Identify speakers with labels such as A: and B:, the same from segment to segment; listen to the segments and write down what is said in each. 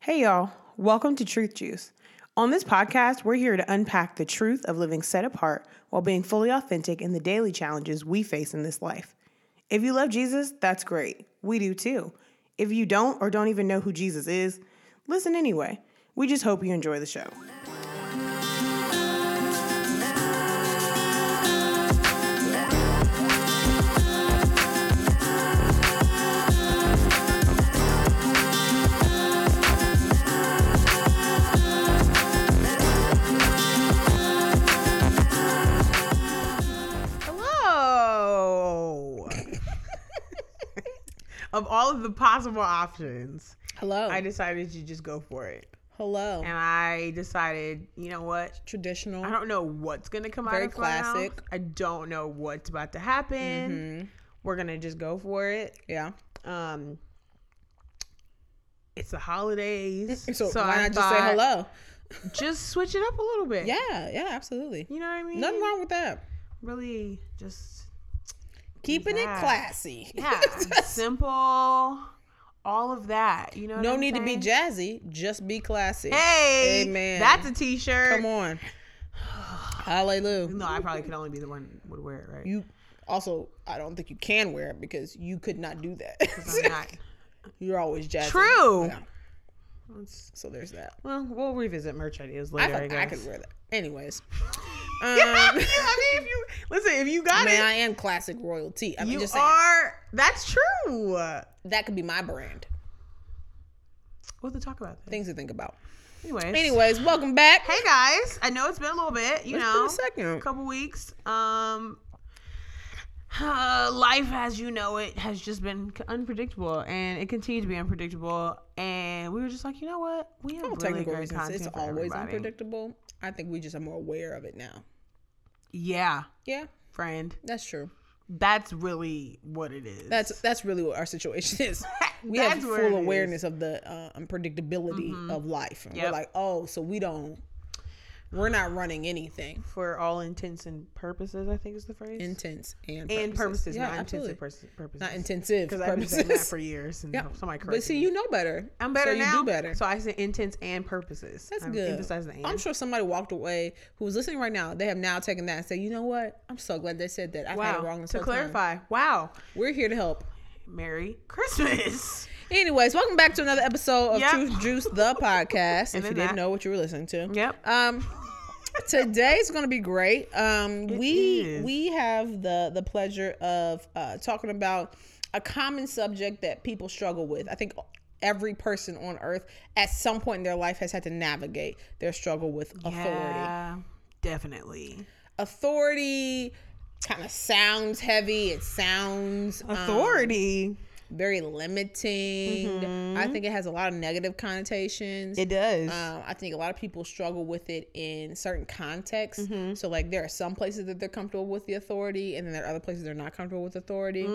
A: Hey, y'all. Welcome to Truth Juice. On this podcast, we're here to unpack the truth of living set apart while being fully authentic in the daily challenges we face in this life. If you love Jesus, that's great. We do too. If you don't or don't even know who Jesus is, listen anyway. We just hope you enjoy the show. Hello. of all of the possible options,
B: Hello.
A: I decided to just go for it.
B: Hello.
A: And I decided, you know what? I
B: Traditional.
A: don't know what's gonna come
B: Very
A: out of my mouth.
B: classic.
A: I don't know what's about to happen.
B: Mhm.
A: We're gonna just go for it.
B: Yeah.
A: Um, it's the holidays,
B: Mm, So, why
A: I
B: not just say
A: thought,
B: hello?
A: Just switch it up a little bit.
B: Yeah. Yeah. Absolutely.
A: you know what I mean.
B: Nothing wrong with that.
A: Really, just
B: Keeping
A: Yeah.
B: it classy.
A: yeah, simple. All of that. You know. what
B: no
A: I'm
B: need to
A: saying?
B: be jazzy. Just be classy.
A: Hey,
B: Amen.
A: That's a t-shirt.
B: Come on. Hallelujah.
A: No, I probably could only be the one would wear it, right?
B: You also, I don't think you can wear it because you could not do that.
A: 'Cause I'm not.
B: You're always jazzy.
A: True.
B: Yeah.
A: Let's-
B: So there's that.
A: Well, we'll revisit merch ideas
B: I,
A: later. I,
B: thought I
A: guess.
B: could wear that. Anyways.
A: I
B: Um,
A: mean, I mean, if you listen, if you got
B: man,
A: it,
B: I am classic royalty. I mean,
A: you
B: just saying,
A: are. That's true.
B: that could be my brand.
A: We'll have to talk about that.
B: Things to think about.
A: Anyways.
B: Anyways, welcome back.
A: Hey guys, I know it's been a little bit, you
B: It's been
A: know,
B: a second.
A: couple weeks. Um, uh, life as you know it has just been c- unpredictable, and it continues to be unpredictable. And we were just like, you know what, we have
B: For
A: really
B: technical
A: great
B: reasons,
A: content
B: it's
A: for
B: always
A: everybody.
B: unpredictable. I think we just are more aware of it now.
A: Yeah,
B: Yeah,
A: friend,
B: that's true.
A: that's really what it is.
B: That's that's really what our situation is. We have
A: That's where it
B: full
A: is. Mm-hmm.
B: awareness of the uh, unpredictability of life. And
A: Yep.
B: We're like, oh, so we don't, we're not running anything
A: for all intents and purposes. I think is the phrase.
B: intense and
A: and purposes,
B: Yeah,
A: not
B: absolutely.
A: intensive purposes.
B: not intensive
A: Because I've been saying that
B: purposes.
A: for years, and somebody corrected
B: but see,
A: me.
B: you know better.
A: I'm better
B: so
A: now.
B: You do better.
A: So I say intents and purposes.
B: That's
A: I
B: good.
A: Emphasize the and.
B: I'm sure somebody walked away who was listening right now. They have now taken that and said, you know what? I'm so glad they said that. I had it wrong.
A: wow.
B: this
A: To
B: whole time."
A: clarify, wow.
B: we're here to help.
A: Merry Christmas.
B: Anyways, welcome back to another episode of
A: Yep.
B: Truth Juice, the podcast.
A: then
B: if you didn't
A: that.
B: know what you were listening to,
A: Yep.
B: Um, today's gonna be great. Um, we
A: is.
B: we have the the pleasure of uh, talking about a common subject that people struggle with. I think every person on earth at some point in their life has had to navigate their struggle with authority.
A: Yeah, definitely.
B: Authority kind of sounds heavy. It sounds um,
A: Authority.
B: very limiting. I think it has a lot of negative connotations.
A: it does.
B: Um, I think a lot of people struggle with it in certain contexts. So, like, there are some places that they're comfortable with the authority, and then there are other places they're not comfortable with authority.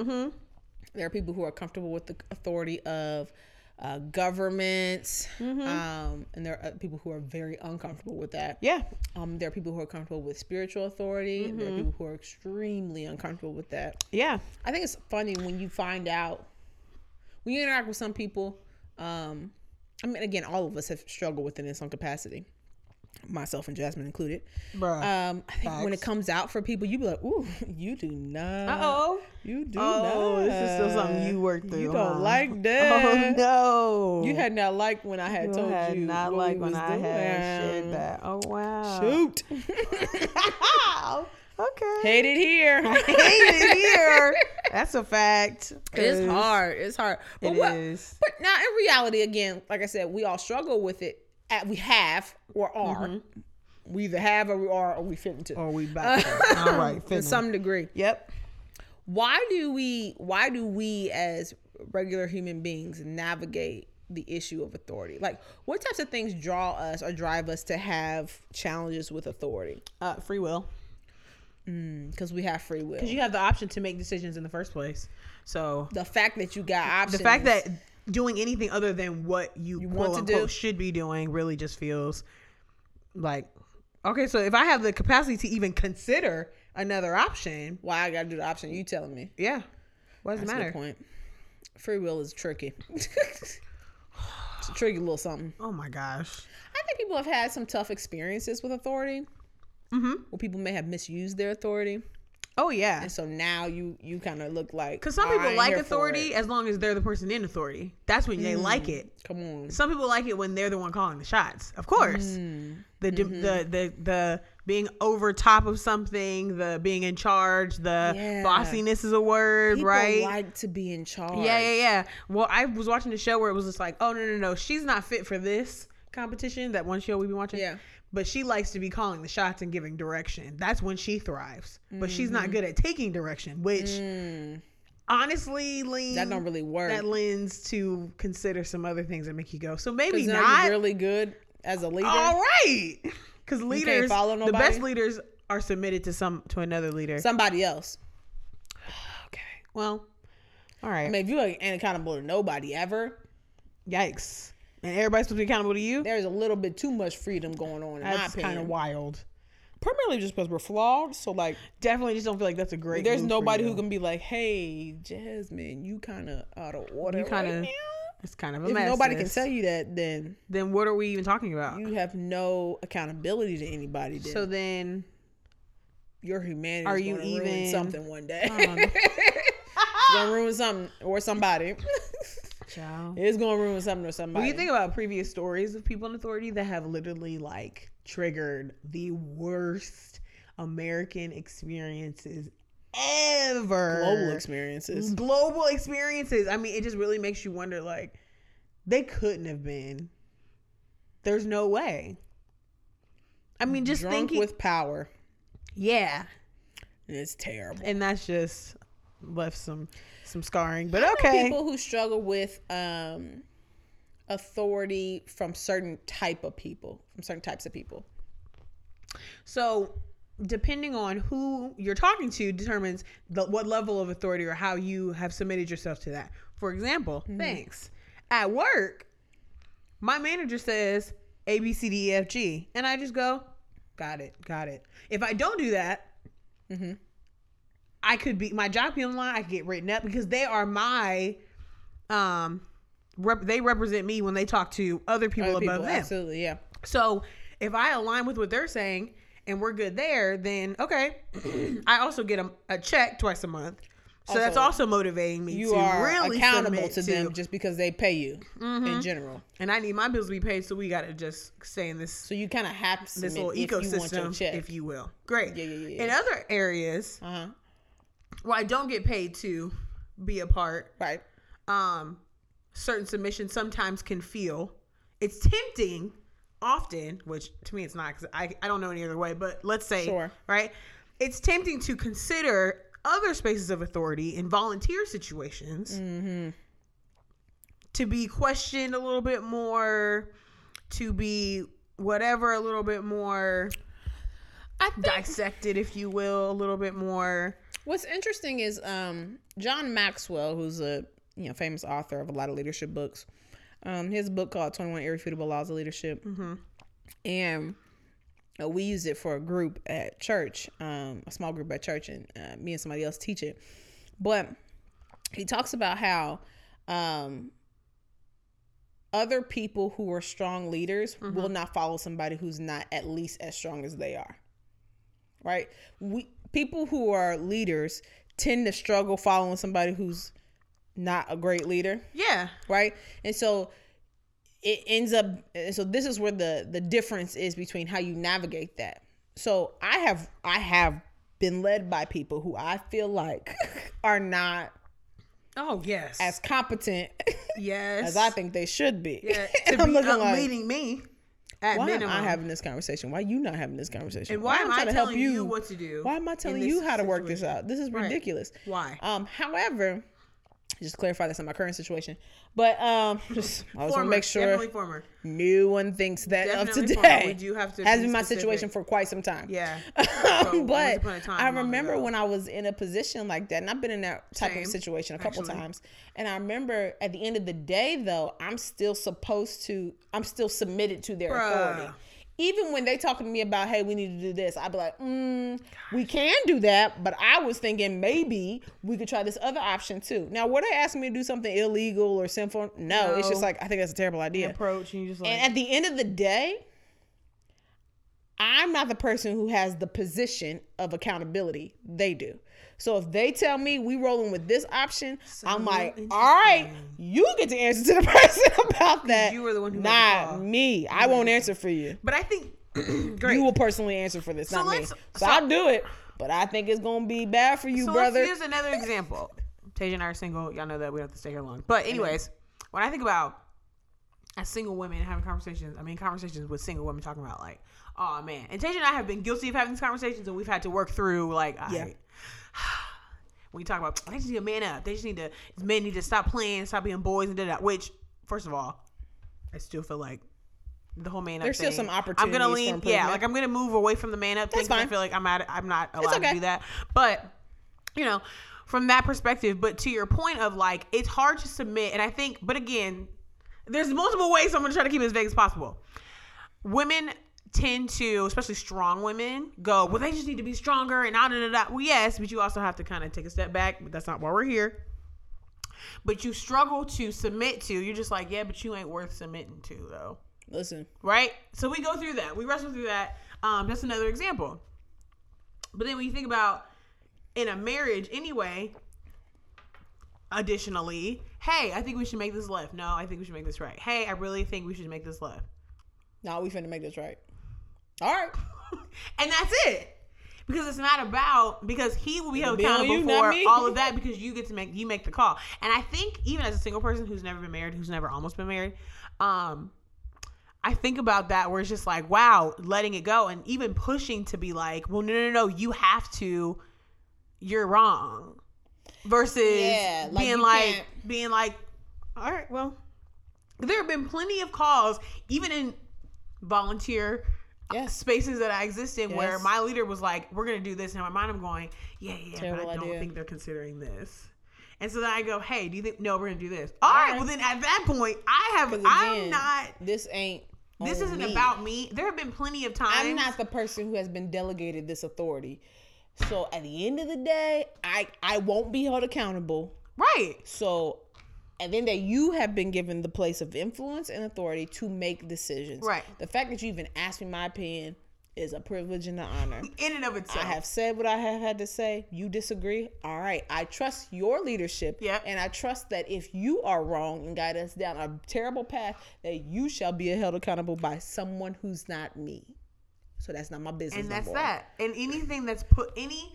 B: There are people who are comfortable with the authority of uh, governments, um, and there are other people who are very uncomfortable with that.
A: yeah.
B: Um, there are people who are comfortable with spiritual authority, and
A: Mm-hmm.
B: there are people who are extremely uncomfortable with that.
A: Yeah.
B: I think it's funny when you find out when you interact with some people. Um, I mean, again, all of us have struggled with it in some capacity, myself and Jasmine included.
A: Bruh.
B: Um, I think when it
A: Facts.
B: comes out for people, you be like, "Ooh, you do not.
A: oh.
B: you do
A: Oh,
B: not.
A: this is still something you worked through.
B: You don't
A: huh?
B: like
A: Oh
B: that.
A: no.
B: uh, You had not liked when I had
A: You
B: told
A: had
B: you.
A: not
B: what
A: like
B: we
A: when
B: was
A: I had shared
B: doing.
A: that. Oh wow.
B: Shoot,
A: okay.
B: hate it here.
A: Hate it here. That's a fact.
B: It's hard. It's hard. But
A: It
B: what-
A: is.
B: But now, in reality, again, like I said, we all struggle with it. At we have or are. We either have or we are or we fit into
A: Mm-hmm. Or Oh, we back. All right.
B: to
A: Finish.
B: some degree.
A: Yep.
B: Why do we? Why do we as regular human beings navigate the issue of authority? Like, what types of things draw us or drive us to have challenges with authority?
A: Uh, free will.
B: Because we have free will.
A: You have the option to make decisions in the first place. So
B: the fact that you got options.
A: the fact that doing anything other than what you,
B: want
A: quote,
B: to
A: unquote,
B: do.
A: should be doing really just feels like okay. So if I have the capacity to even consider another option,
B: why I got to do the option you telling me.
A: yeah, what does it
B: That's a good
A: matter?
B: point. Free will is tricky. trigger a little something.
A: Oh my gosh.
B: I think people have had some tough experiences with authority. Mm-hmm. Where people may have misused their authority,
A: Oh yeah.
B: and so now you you kind of look like
A: Because some
B: "I
A: people
B: ain't
A: like
B: here for
A: authority
B: it."
A: as long as they're the person in authority. That's when they like it.
B: Come on,
A: Some people like it when they're the one calling the shots. Of course,
B: Mm.
A: the, de-
B: Mm-hmm.
A: the the the being over top of something, the being in charge, the
B: Yeah.
A: bossiness is a word,
B: people
A: right?
B: like to be in charge.
A: yeah, yeah, yeah. Well, I was watching a show where it was just like, oh no, no, no, she's not fit for this competition. That one show we've been watching.
B: Yeah.
A: But she likes to be calling the shots and giving direction. That's when she thrives. But she's
B: Mm-hmm.
A: not good at taking direction, which honestly, Lee,
B: Mm. That don't really work.
A: that lends to consider some other things that make you go. So maybe
B: Because then are
A: not.
B: you really good as a leader?
A: All right, because leaders,
B: follow
A: the best
B: nobody?
A: leaders are submitted to some to another leader.
B: Somebody else.
A: okay, well, all right,
B: I mean, if you ain't accountable to nobody ever,
A: yikes. And everybody's supposed to be accountable to you.
B: there's a little bit too much freedom going on in my
A: That's
B: opinion.
A: kind of wild.
B: Primarily just because we're flawed. So like,
A: Definitely, just don't feel like that's a great.
B: there's
A: move for
B: nobody
A: you.
B: who can be like, "Hey, Jasmine, you kind of out of order."
A: You
B: kind
A: kinda-
B: of.
A: It's kind of a
B: if
A: mess.
B: nobody can
A: sis.
B: tell you that, then
A: Then what are we even talking about?
B: you have no accountability to anybody. Then.
A: so
B: So
A: then,
B: your humanity
A: are
B: are
A: you
B: you
A: even-
B: ruin something one day?
A: Oh, no.
B: it's gonna ruin something or somebody.
A: Child.
B: it's gonna ruin something or somebody.
A: When you think about previous stories of people in authority that have literally like triggered the worst American experiences ever,
B: global
A: mm,
B: experiences?
A: global experiences. I mean, it just really makes you wonder like they couldn't have been. There's no way. I mean, just
B: Drunk
A: thinking
B: with power.
A: yeah,
B: It's terrible.
A: and that's just left some some scarring. But
B: There are
A: okay.
B: People who struggle with um, authority from certain type of people, from certain types of people.
A: So, depending on who you're talking to, determines the, what level of authority or how you have submitted yourself to that. For example,
B: Mm-hmm.
A: thanks. At work, my manager says A, B, C, D, E, F, G. And I just go, got it, got it. If I don't do that,
B: Mm-hmm.
A: I could be, my job be online, I could get written up because they are my, um, rep, they represent me when they talk to other people
B: Other
A: above
B: people,
A: them.
B: absolutely, yeah.
A: So if I align with what they're saying and we're good there, then okay. I also get a, a check twice a month. So that's also
B: Also,
A: motivating me
B: You
A: to
B: are
A: really
B: accountable
A: submit Mm-hmm.
B: to them just because they pay you in general.
A: And I need my bills to be paid, so we got to just stay in this
B: So you kind of have to
A: this little
B: submit if you want your
A: ecosystem,
B: check.
A: if you will. Great.
B: Yeah, yeah, yeah,
A: In other areas
B: uh huh.
A: where I don't get paid to be a part,
B: Right.
A: um, certain submissions sometimes can feel. It's tempting often, which to me it's not because I, I don't know any other way, but let's say,
B: Sure.
A: right? It's tempting to consider other spaces of authority in volunteer situations
B: Mm-hmm.
A: to be questioned a little bit more, to be whatever a little bit more
B: I think
A: dissected, if you will, a little bit more.
B: What's interesting is um, John Maxwell, who's a you know famous author of a lot of leadership books. Um, his book called Twenty One Irrefutable Laws of Leadership, and uh, we use it for a group at church, um, a small group at church, and uh, me and somebody else teach it. But he talks about how um, other people who are strong leaders will not follow somebody who's not at least as strong as they are right? We people who are leaders tend to struggle following somebody who's not a great leader,
A: Yeah.
B: right? And so it ends up and so this is where the the difference is between how you navigate that. So I have I have been led by people who I feel like are not
A: Oh, yes.
B: as competent
A: yes.
B: as I think they should be.
A: Yeah,
B: And
A: to
B: I'm
A: be
B: looking
A: up
B: like,
A: leading me at
B: why
A: minimum.
B: am I having this conversation? Why you not having this conversation?
A: and why, am I
B: trying
A: telling
B: to help
A: you, what to do?
B: Why am I
A: in
B: telling
A: this
B: you how to work this
A: situation?
B: out? This is ridiculous.
A: Why?
B: Um, however, just to clarify that's not my current situation, but um, just I always want
A: Former,
B: to make sure
A: definitely former.
B: no one thinks that
A: Definitely
B: of
A: former.
B: today.
A: We do have to
B: has
A: be
B: been my
A: specific.
B: situation for quite some time.
A: Yeah. So, once
B: Um, but
A: upon a time,
B: I
A: long
B: remember
A: ago.
B: when I was in a position like that, and I've been in that type
A: Same,
B: of situation a couple
A: actually.
B: times. And I remember at the end of the day, though, I'm still supposed to, I'm still submitted to their
A: Bruh.
B: authority, Even when they talking to me about, hey, we need to do this, I'd be like, mm, we can do that, but I was thinking maybe we could try this other option too. Now, were they asking me to do something illegal or sinful? No, it's just
A: No.
B: like I think that's a terrible idea.
A: Approach and you just like
B: And at the end of the day, I'm not the person who has the position of accountability. They do. So if they tell me we rolling with this option, I'm like, all right, you get to answer to the person about that.
A: you were the one who made the call.
B: not me. I won't answer for you.
A: But I think great.
B: You will personally answer for this, not me.
A: let's-
B: So,
A: so-
B: I'll do it, but I think it's gonna be bad for you,
A: so
B: brother.
A: let's, here's another example. Tasia and I are single. Y'all know that we don't have to stay here long. But anyways, when I think about as single women having conversations, I mean conversations with single women talking about like, oh man. And Tasia and I have been guilty of having these conversations, and we've had to work through like, all
B: Yeah.
A: right. When you talk about they just need to man up, they just need to these men need to stop playing, stop being boys, and da da. Which, first of all, I still feel like the whole man up.
B: There's still
A: thing-
B: some
A: I'm gonna
B: opportunities for
A: lean, yeah,
B: improvement.
A: like I'm gonna move away from the man up thing. 'cause I
B: fine.
A: feel like I'm at, I'm not allowed to
B: okay.
A: do that, but you know, from that perspective. But to your point of like, it's hard to submit, and I think, but again, there's multiple ways. So I'm gonna try to keep it as vague as possible. Women tend to, especially strong women, go, well, they just need to be stronger and da da da. da." Well, yes, but you also have to kind of take a step back. But that's not why we're here. But you struggle to submit to. You're just like, yeah, but you ain't worth submitting to though
B: Listen,
A: right? So we go through that. We wrestle through that. Um, that's another example. But then when you think about in a marriage, anyway. Additionally, hey, I think we should make this left. No, I think we should make this right. Hey, I really think we should make this left.
B: nah, we finna make this right. All right,
A: and that's it. Because it's not about because he will be held
B: be on
A: accountable
B: you, not
A: for
B: me.
A: all of that because you get to make you make the call. And I think even as a single person who's never been married, who's never almost been married, um, I think about that where it's just like, wow, letting it go and even pushing to be like, well, no, no, no, you have to, you're wrong. Versus
B: Yeah, like,
A: being
B: you
A: like
B: can't-
A: being like, all right, well, there have been plenty of calls, even in volunteer
B: yes,
A: spaces that I exist in where
B: Yes.
A: my leader was like, "We're gonna do this," and in my mind I'm going, "Yeah, yeah," but
B: Terrible
A: I don't
B: idea.
A: think they're considering this. And so then I go, "Hey, do you think? No, we're gonna do this." All right.
B: right.
A: Well, then at that point, I have.
B: 'Cause
A: I'm
B: again,
A: not.
B: This ain't.
A: This
B: on
A: isn't
B: me.
A: about me. There have been plenty of times.
B: I'm not the person who has been delegated this authority. So at the end of the day, I I won't be held accountable.
A: right.
B: So and then that you have been given the place of influence and authority to make decisions.
A: Right.
B: The fact that you even asked me my opinion is a privilege and an honor.
A: In and of
B: I
A: itself.
B: have said what I have had to say. You disagree? All right. I trust your leadership.
A: Yep.
B: And I trust that if you are wrong and guide us down a terrible path, that you shall be held accountable by someone who's not me. So that's not my business.
A: and
B: no
A: that's
B: more.
A: that. And anything that's put any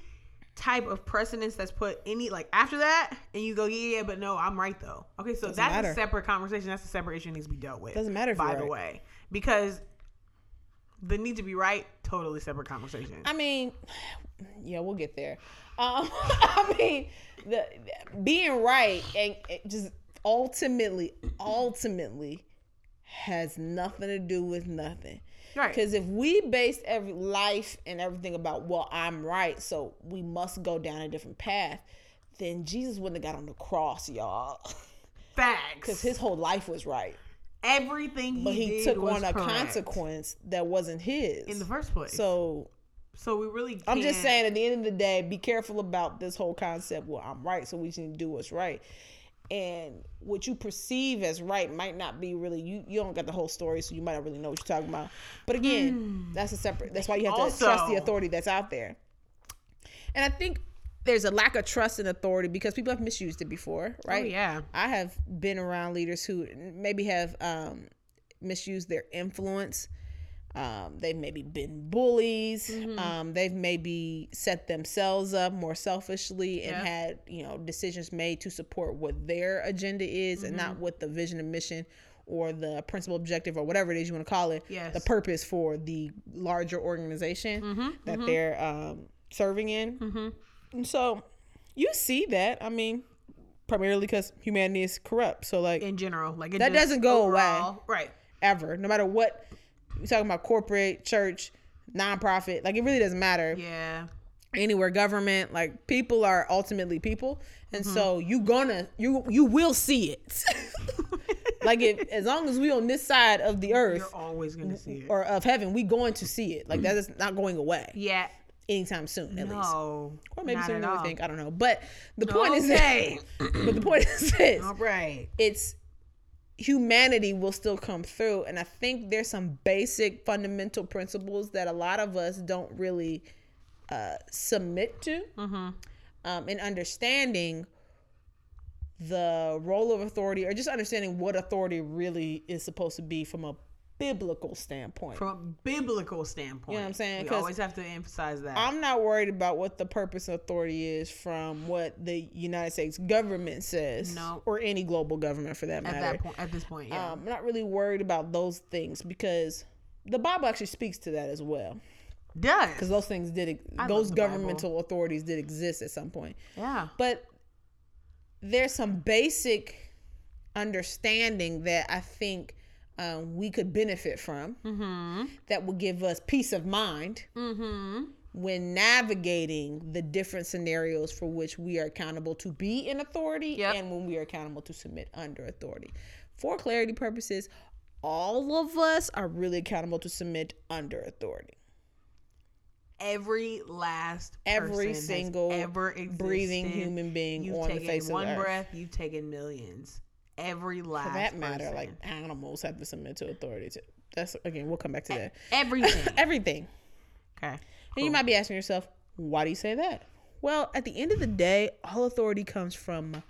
A: type of precedence that's put any like after that, and you go, "Yeah, yeah," but no, I'm right though. Okay, so that's a
B: matter.
A: separate conversation. That's a separate issue that needs to be dealt with.
B: Doesn't matter if
A: by
B: you're
A: the
B: right.
A: way, because the need to be right, totally separate conversation.
B: I mean, yeah, we'll get there. Um, I mean, the, being right and it just ultimately, ultimately, has nothing to do with nothing.
A: Right.
B: Because if we base every life and everything about, well, I'm right, so we must go down a different path, then Jesus wouldn't have got on the cross, y'all.
A: Facts.
B: His whole life was right.
A: Everything he,
B: But he,
A: did
B: took
A: was
B: on a
A: correct
B: consequence that wasn't his.
A: in the first place. So,
B: so
A: we really.
B: I'm just
A: can't-
B: saying, at the end of the day, be careful about this whole concept. Well, I'm right, so we just need to do what's right. And what you perceive as right might not be really you. You don't got the whole story, so you might not really know what you're talking about. But again, that's a separate. That's why you have to
A: Hmm. Also-
B: trust the authority that's out there. And I think there's a lack of trust in authority because people have misused it before, right?
A: oh, yeah.
B: I have been around leaders who maybe have um, misused their influence. Um, they've maybe been bullies.
A: Mm-hmm.
B: Um, they've maybe set themselves up more selfishly and
A: Yeah.
B: had you know decisions made to support what their agenda is and
A: Mm-hmm.
B: not what the vision and mission or the principal objective or whatever it is you want to call it. The
A: Yes. Mm-hmm.
B: purpose for the larger organization that they're um, serving in. And so you see that. I mean, primarily because humanity is corrupt. So like
A: In general, like it
B: That
A: just
B: doesn't go away.
A: overall- Right.
B: ever, no matter what you're talking about, corporate, church, nonprofit, like it really doesn't matter.
A: Yeah.
B: Anywhere, government, like people are
A: Mm-hmm.
B: ultimately people, and so you gonna you you will see it. Like if as long as we on this side of the
A: You're
B: earth
A: always gonna see it.
B: or of heaven, we going to see it. Like that is not going away
A: Yeah.
B: anytime soon, at least.
A: No.
B: Or maybe
A: not
B: sooner
A: at
B: than we
A: all.
B: think. I don't know. But the point is that,
A: Okay.
B: but the point is this.
A: All right.
B: it's humanity will still come through and i think there's some basic fundamental principles that a lot of us don't really uh, submit to
A: Mm-hmm.
B: um, in understanding the role of authority or just understanding what authority really is supposed to be from a biblical standpoint
A: From a biblical standpoint,
B: You know what I'm saying?
A: We
B: 'Cause
A: always have to emphasize that.
B: I'm not worried about what the purpose of authority is from what the United States government says,
A: No.
B: or any global government for that
A: at
B: matter.
A: that point, at this point, yeah.
B: Um, I'm not really worried about those things because the Bible actually speaks to that as well. Because
A: Does.
B: those things did, ex-
A: I love
B: those
A: the Bible.
B: governmental authorities did exist at some point.
A: Yeah.
B: But there's some basic understanding that I think um, we could benefit from
A: Mm-hmm.
B: that will give us peace of mind Mm-hmm. when navigating the different scenarios for which we are accountable to be in authority
A: Yep.
B: and when we are accountable to submit under authority. For clarity purposes, all of us are really accountable to submit under authority.
A: Every last
B: Every
A: person that's
B: single
A: ever existed,
B: breathing human being
A: You've
B: on the
A: taken
B: face of the
A: one
B: earth.
A: breath. You've taken millions. Every last
B: For that matter,
A: person.
B: like animals have to submit to authority too. That's again, we'll come back to that.
A: everything.
B: Everything.
A: okay.
B: And you might be asking yourself, why do you say that? Well, at the end of the day, all authority comes from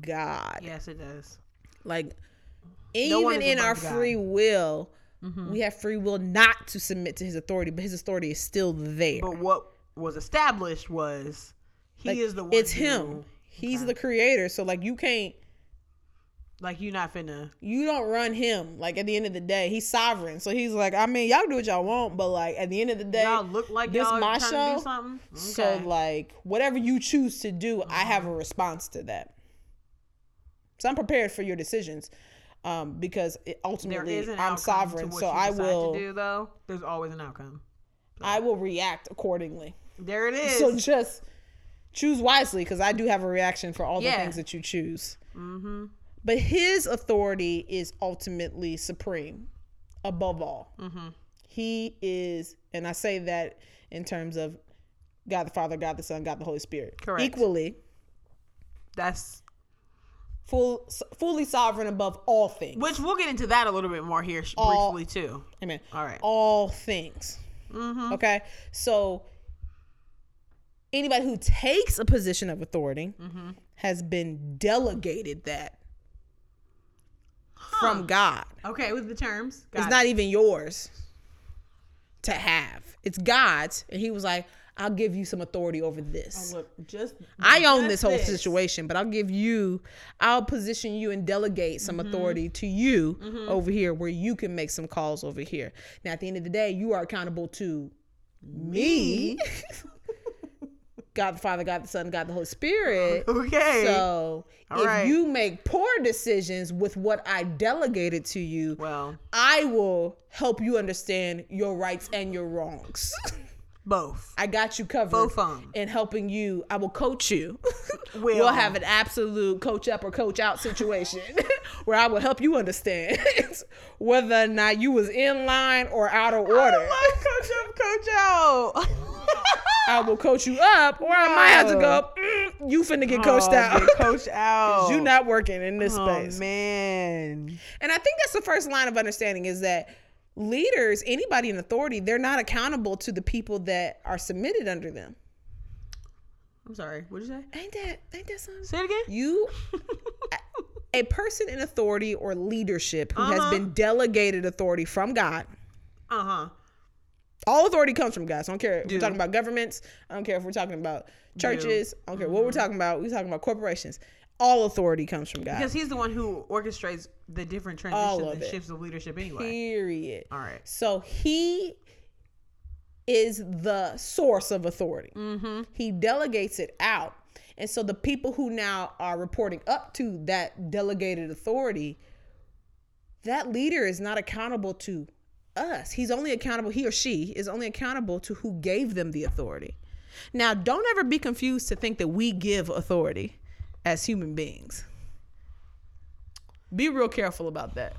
B: God.
A: Yes, it does.
B: Like
A: one
B: even
A: is
B: in our
A: above God.
B: free will,
A: Mm-hmm.
B: we have free will not to submit to his authority, but his authority is still there.
A: But what was established was he
B: Like,
A: is the one.
B: it's
A: who-
B: him. He's the creator. So like you can't
A: Like you're not finna.
B: you don't run him. Like at the end of the day, he's sovereign. So he's like, I mean, y'all do what y'all want, but like at the end of the day,
A: Y'all look like
B: this
A: y'all
B: my
A: trying to
B: show?
A: do something. Okay. Mm-hmm.
B: So like whatever you choose to do, I have a response to that. So I'm prepared for your decisions, um, because it,
A: there
B: ultimately
A: is an
B: I'm
A: outcome
B: sovereign,
A: To what
B: so
A: you
B: I
A: decide
B: will
A: To do though, there's always an outcome.
B: I will react accordingly.
A: There it is.
B: So just choose wisely, because I do have a reaction for all the
A: Yeah.
B: things that you choose. Mm-hmm. But His authority is ultimately supreme, above all. Mm-hmm. He is, and I say that in terms of God the Father, God the Son, God the Holy Spirit,
A: Correct.
B: equally.
A: That's
B: full, fully sovereign above all things.
A: which we'll get into that a little bit more here sh-
B: All-
A: briefly too.
B: Amen.
A: All right.
B: All things.
A: Mm-hmm.
B: Okay. So anybody who takes a position of authority
A: Mm-hmm.
B: has been delegated that from God.
A: Okay, with the terms. Got
B: It's
A: it.
B: not even yours to have. It's God's, and He was like, "I'll give you some authority over this."
A: Look, just
B: I own
A: just
B: this whole situation, but I'll give you, I'll position you and delegate some
A: Mm-hmm.
B: authority to you over here where you can make some calls over here. Now, at the end of the day, you are accountable to me, God the Father, God the Son, God the Holy Spirit.
A: Okay.
B: So
A: All
B: if
A: right.
B: you make poor decisions with what I delegated to you,
A: Well,
B: I will help you understand your rights and your wrongs.
A: both.
B: I got you covered.
A: Both of 'em.
B: And helping you, I will coach you.
A: Will.
B: We'll have an absolute coach up or coach out situation where I will help you understand whether or not you was in line or out of
A: Oh
B: order.
A: I love Oh coach up, coach out.
B: I will coach you up, or I might have to go. "Mm, you finna get coached out.
A: Oh, Get coached out.
B: you not working in this
A: Oh
B: space.
A: man.
B: And I think that's the first line of understanding is that leaders, anybody in authority, they're not accountable to the people that are submitted under them.
A: I'm sorry. What did you say?
B: Ain't that ain't that something?
A: Say it again.
B: You, a- a person in authority or leadership who has been delegated authority from God.
A: Uh huh.
B: All authority comes from God. So I don't care if we're talking about governments. I don't care if we're talking about churches. I don't care what we're talking about. We're talking about corporations. All authority comes from God.
A: Because he's the one who orchestrates the different
B: All
A: transitions
B: of
A: and
B: it.
A: shifts of leadership anyway.
B: Period.
A: All right.
B: So he is the source of authority.
A: Mm-hmm.
B: He delegates it out. And so the people who now are reporting up to that delegated authority, that leader is not accountable to us. He's only accountable, he or she is only accountable to who gave them the authority. Now, don't ever be confused to think that we give authority as human beings. Be real careful about that.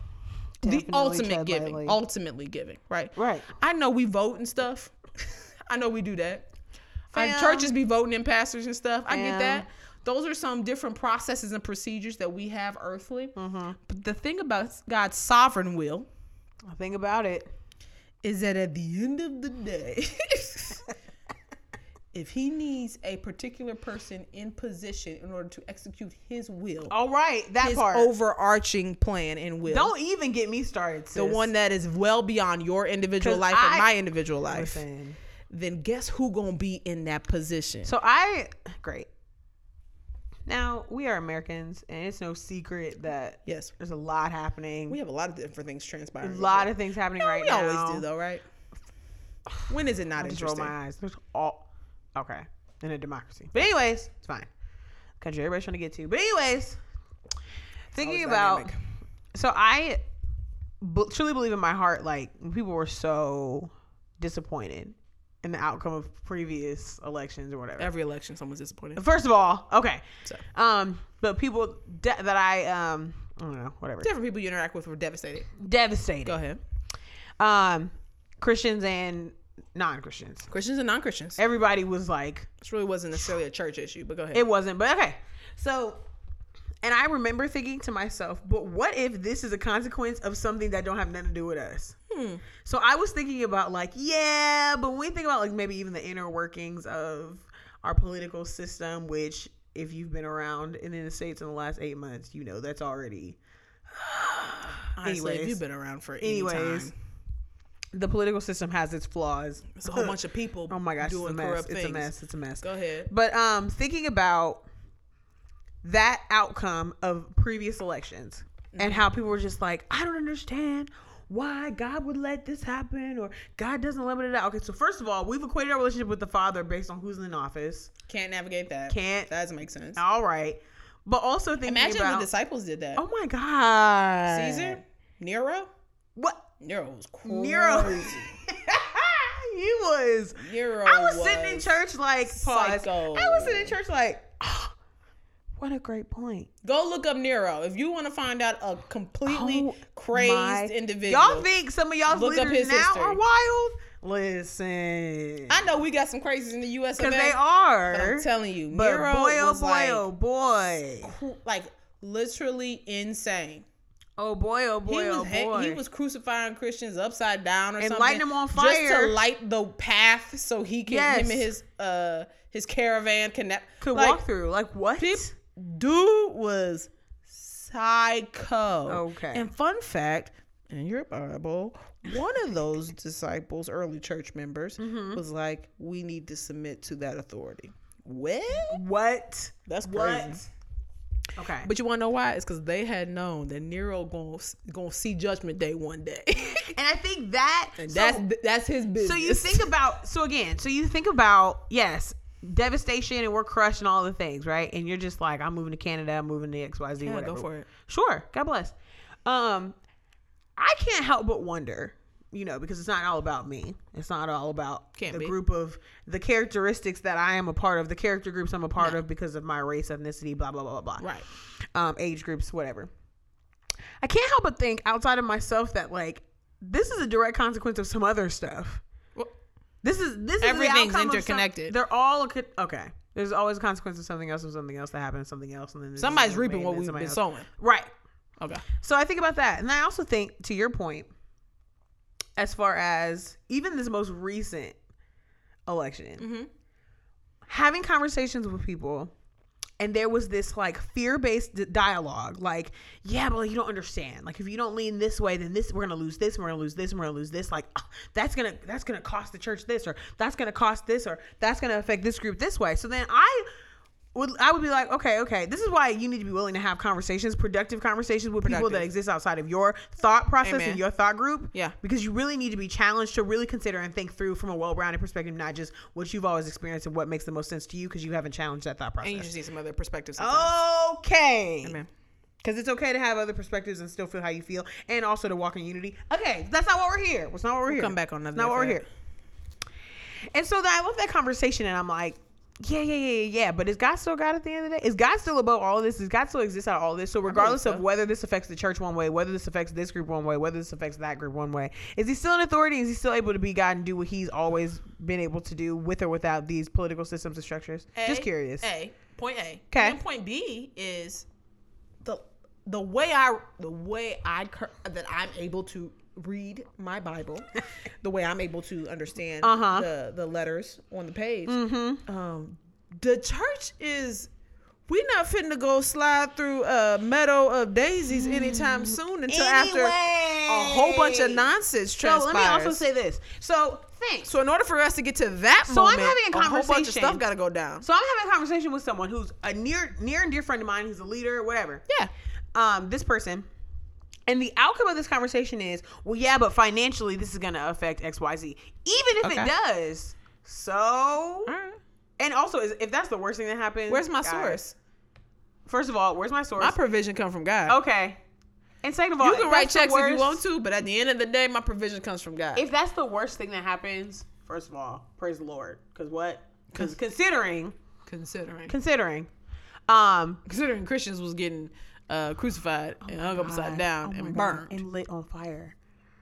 B: the
A: Definitely
B: ultimate
A: tread
B: giving,
A: lightly.
B: ultimately giving, right?
A: Right.
B: I know we vote and stuff. I know we do that. And
A: Fam.
B: churches be voting in pastors and stuff. I get
A: Fam.
B: that. Those are some different processes and procedures that we have earthly.
A: Mm-hmm.
B: But the thing about God's sovereign will
A: Think about it.
B: is that at the end of the day, if He needs a particular person in position in order to execute His will,
A: All right, Oh, that
B: His
A: part.
B: overarching plan and will.
A: Don't even get me started. Sis.
B: the one that is well beyond your individual
A: 'Cause
B: life
A: I-
B: and my individual life
A: Listen.
B: then guess who gonna be in that position?
A: So I great. Now we are Americans, and it's no secret that
B: yes,
A: there's a lot happening.
B: we have a lot of different things transpiring.
A: a lot of things happening right
B: we
A: now.
B: always do though, right? When is it not
A: I just roll
B: interesting?
A: my eyes. There's all okay in a democracy, but anyways, it's fine. Country everybody's trying to get to, but anyways, thinking
B: always
A: about.
B: dynamic.
A: So I b- truly believe in my heart, like people were so disappointed in the outcome of previous elections or whatever.
B: Every election, someone's disappointed.
A: First of all, okay.
B: So.
A: Um, but people de- that I um, I don't know, whatever,
B: Different people you interact with were devastated. Go
A: devastated.
B: ahead.
A: Um, Christians and non-Christians.
B: Christians and non-Christians.
A: Everybody was like,
B: This really wasn't necessarily a church issue, but go ahead.
A: it wasn't, but okay. So, and I remember thinking to myself, but what if this is a consequence of something that don't have nothing to do with us?
B: Hmm.
A: So I was thinking about like, yeah, but when we think about like maybe even the inner workings of our political system, which if you've been around in the states in the last eight months, you know that's already
B: Honestly, if
A: anyways.
B: you've been around for any
A: anyways
B: time,
A: the political system has its flaws
B: it's a whole bunch of people.
A: oh my gosh it's a
B: doing
A: mess
B: corrupt
A: it's a
B: things.
A: mess it's a mess
B: Go ahead.
A: but um thinking about that outcome of previous elections and how people were just like i don't understand why god would let this happen or god doesn't limit it out okay so first of all we've equated our relationship with the father based on who's in office
B: Can't navigate that.
A: Can't.
B: That doesn't make sense.
A: all right but also thinking
B: Imagine
A: about
B: the disciples did that.
A: oh my god
B: Caesar, Nero,
A: what
B: Nero was crazy.
A: Nero. he was.
B: Nero
A: I was, sitting in church like pause.
B: psycho.
A: I was sitting in church like, "Ah, what a great point.
B: Go look up Nero if you want to find out a completely
A: Oh
B: crazed
A: my-
B: individual.
A: Y'all think some of y'all's
B: Look up
A: leaders
B: his
A: now
B: history.
A: are wild? Listen,
B: I know we got some crazies in the U.S.
A: because
B: today,
A: they
B: but
A: are.
B: I'm telling you,
A: But
B: Nero
A: boy, oh
B: was
A: boy,
B: like,
A: oh boy,
B: cru- like literally insane.
A: oh boy, oh boy,
B: he was
A: oh
B: he-
A: boy.
B: he was crucifying Christians upside down or
A: And
B: something,
A: lighting them on
B: just to
A: fire.
B: light the path so he can
A: Yes.
B: him and his uh his caravan can na-
A: could
B: like,
A: walk through like what?
B: This dude was psycho.
A: Okay.
B: And fun fact, in your Bible, one of those disciples, early church members, was like, "We need to submit to that authority." Well,
A: What?
B: that's
A: What?
B: crazy.
A: Okay,
B: But you want to know why? It's because they had known that Nero gonna gonna see Judgment Day one day.
A: and I think that
B: and
A: so-
B: that's that's his business.
A: So you think about so again, so you think about yes, devastation and we're crushed and all the things, right? And you're just like, I'm moving to Canada, I'm moving to XYZ,
B: yeah,
A: whatever.
B: go for it.
A: Sure. God bless. Um I can't help but wonder, you know, because it's not all about me. It's not all about
B: Can't
A: the
B: be.
A: group of the characteristics that I am a part of, the character groups I'm a part of because of my race, ethnicity, blah blah blah blah blah.
B: Right.
A: Um, age groups, whatever. I can't help but think outside of myself that like this is a direct consequence of some other stuff.
B: Well,
A: This is this is
B: Everything's
A: the outcome of some-
B: interconnected.
A: they're all co- okay. There's always a consequence of something else, of something else that happens, something else, and then this
B: somebody's
A: is another
B: reaping
A: thing,
B: what
A: then
B: we've
A: somebody
B: been
A: else.
B: sowing.
A: Right.
B: Okay.
A: So I think about that, and I also think to your point, as far as even this most recent election,
B: Mm-hmm.
A: having conversations with people. And there was this like fear based d- dialogue, like, yeah, but like, you don't understand. Like, if you don't lean this way, then this, we're gonna lose this, and we're gonna lose this, and we're gonna lose this. Like, ah, that's gonna, that's gonna cost the church this, or that's gonna cost this, or that's gonna affect this group this way. So then I would, I would be like, okay, okay, this is why you need to be willing to have conversations, productive conversations with people that
B: Productive.
A: exist outside of your thought process
B: Amen.
A: and your thought group.
B: Yeah.
A: Because you really need to be challenged to really consider and think through from a well rounded perspective, not just what you've always experienced and what makes the most sense to you because you haven't challenged that thought
B: And you
A: process.
B: just need some other perspectives. sometimes.
A: Okay.
B: Amen.
A: Because it's okay to have other perspectives and still feel how you feel and also to walk in unity. Okay. That's not what we're here. That's not what we're here.
B: come back on another
A: That's not
B: day
A: what
B: for
A: we're
B: that.
A: here. And so then I love that conversation and I'm like, Yeah, yeah, yeah, yeah, yeah. But is God still God at the end of the day? Is God still above all this? Does God still exist out of all this? So regardless
C: so.
A: of whether this affects the church one way, whether this affects this group one way, whether this affects that group one way, is he still in authority? Is he still able to be God and do what he's always been able to do with or without these political systems and structures? Just
B: A,
A: curious.
B: A point A.
A: 'Kay.
B: And point B is the the way I the way I cur- that I'm able to read my Bible, the way I'm able to understand
A: Uh-huh. Mm-hmm.
B: the the letters on the page. Um, the church is. We're not fitting to go slide through a meadow of daisies
A: Mm.
B: anytime soon until after a whole bunch of nonsense
A: So
B: transpires.
A: let me also say this. So thanks.
B: So in order for us to get to that
A: So I'm
B: moment,
A: having a
B: whole bunch of
A: conversation.
B: stuff got to go down.
A: So I'm having a conversation with someone who's a near near and dear friend of mine, who's a leader, whatever.
B: Yeah.
A: Um, this person. And the outcome of this conversation is, well, yeah, but financially this is gonna affect XYZ. Even if
B: Okay.
A: it does. So
B: All right.
A: and also is- if that's the worst thing that happens.
B: Where's my
A: guys,
B: source?
A: First of all, where's my source?
B: My provision come from God.
A: okay. And second of all,
B: You can
A: if
B: write
A: that's the
B: checks if you
A: worst-
B: want to, but at the end of the day, my provision comes from God.
A: If that's the worst thing that happens, first of all, praise the Lord. Cause what? Cause considering
B: considering
A: considering um
B: considering Christians was getting uh, crucified
A: Oh
B: and hung
A: Uh,
B: upside down and burned.
A: and lit on fire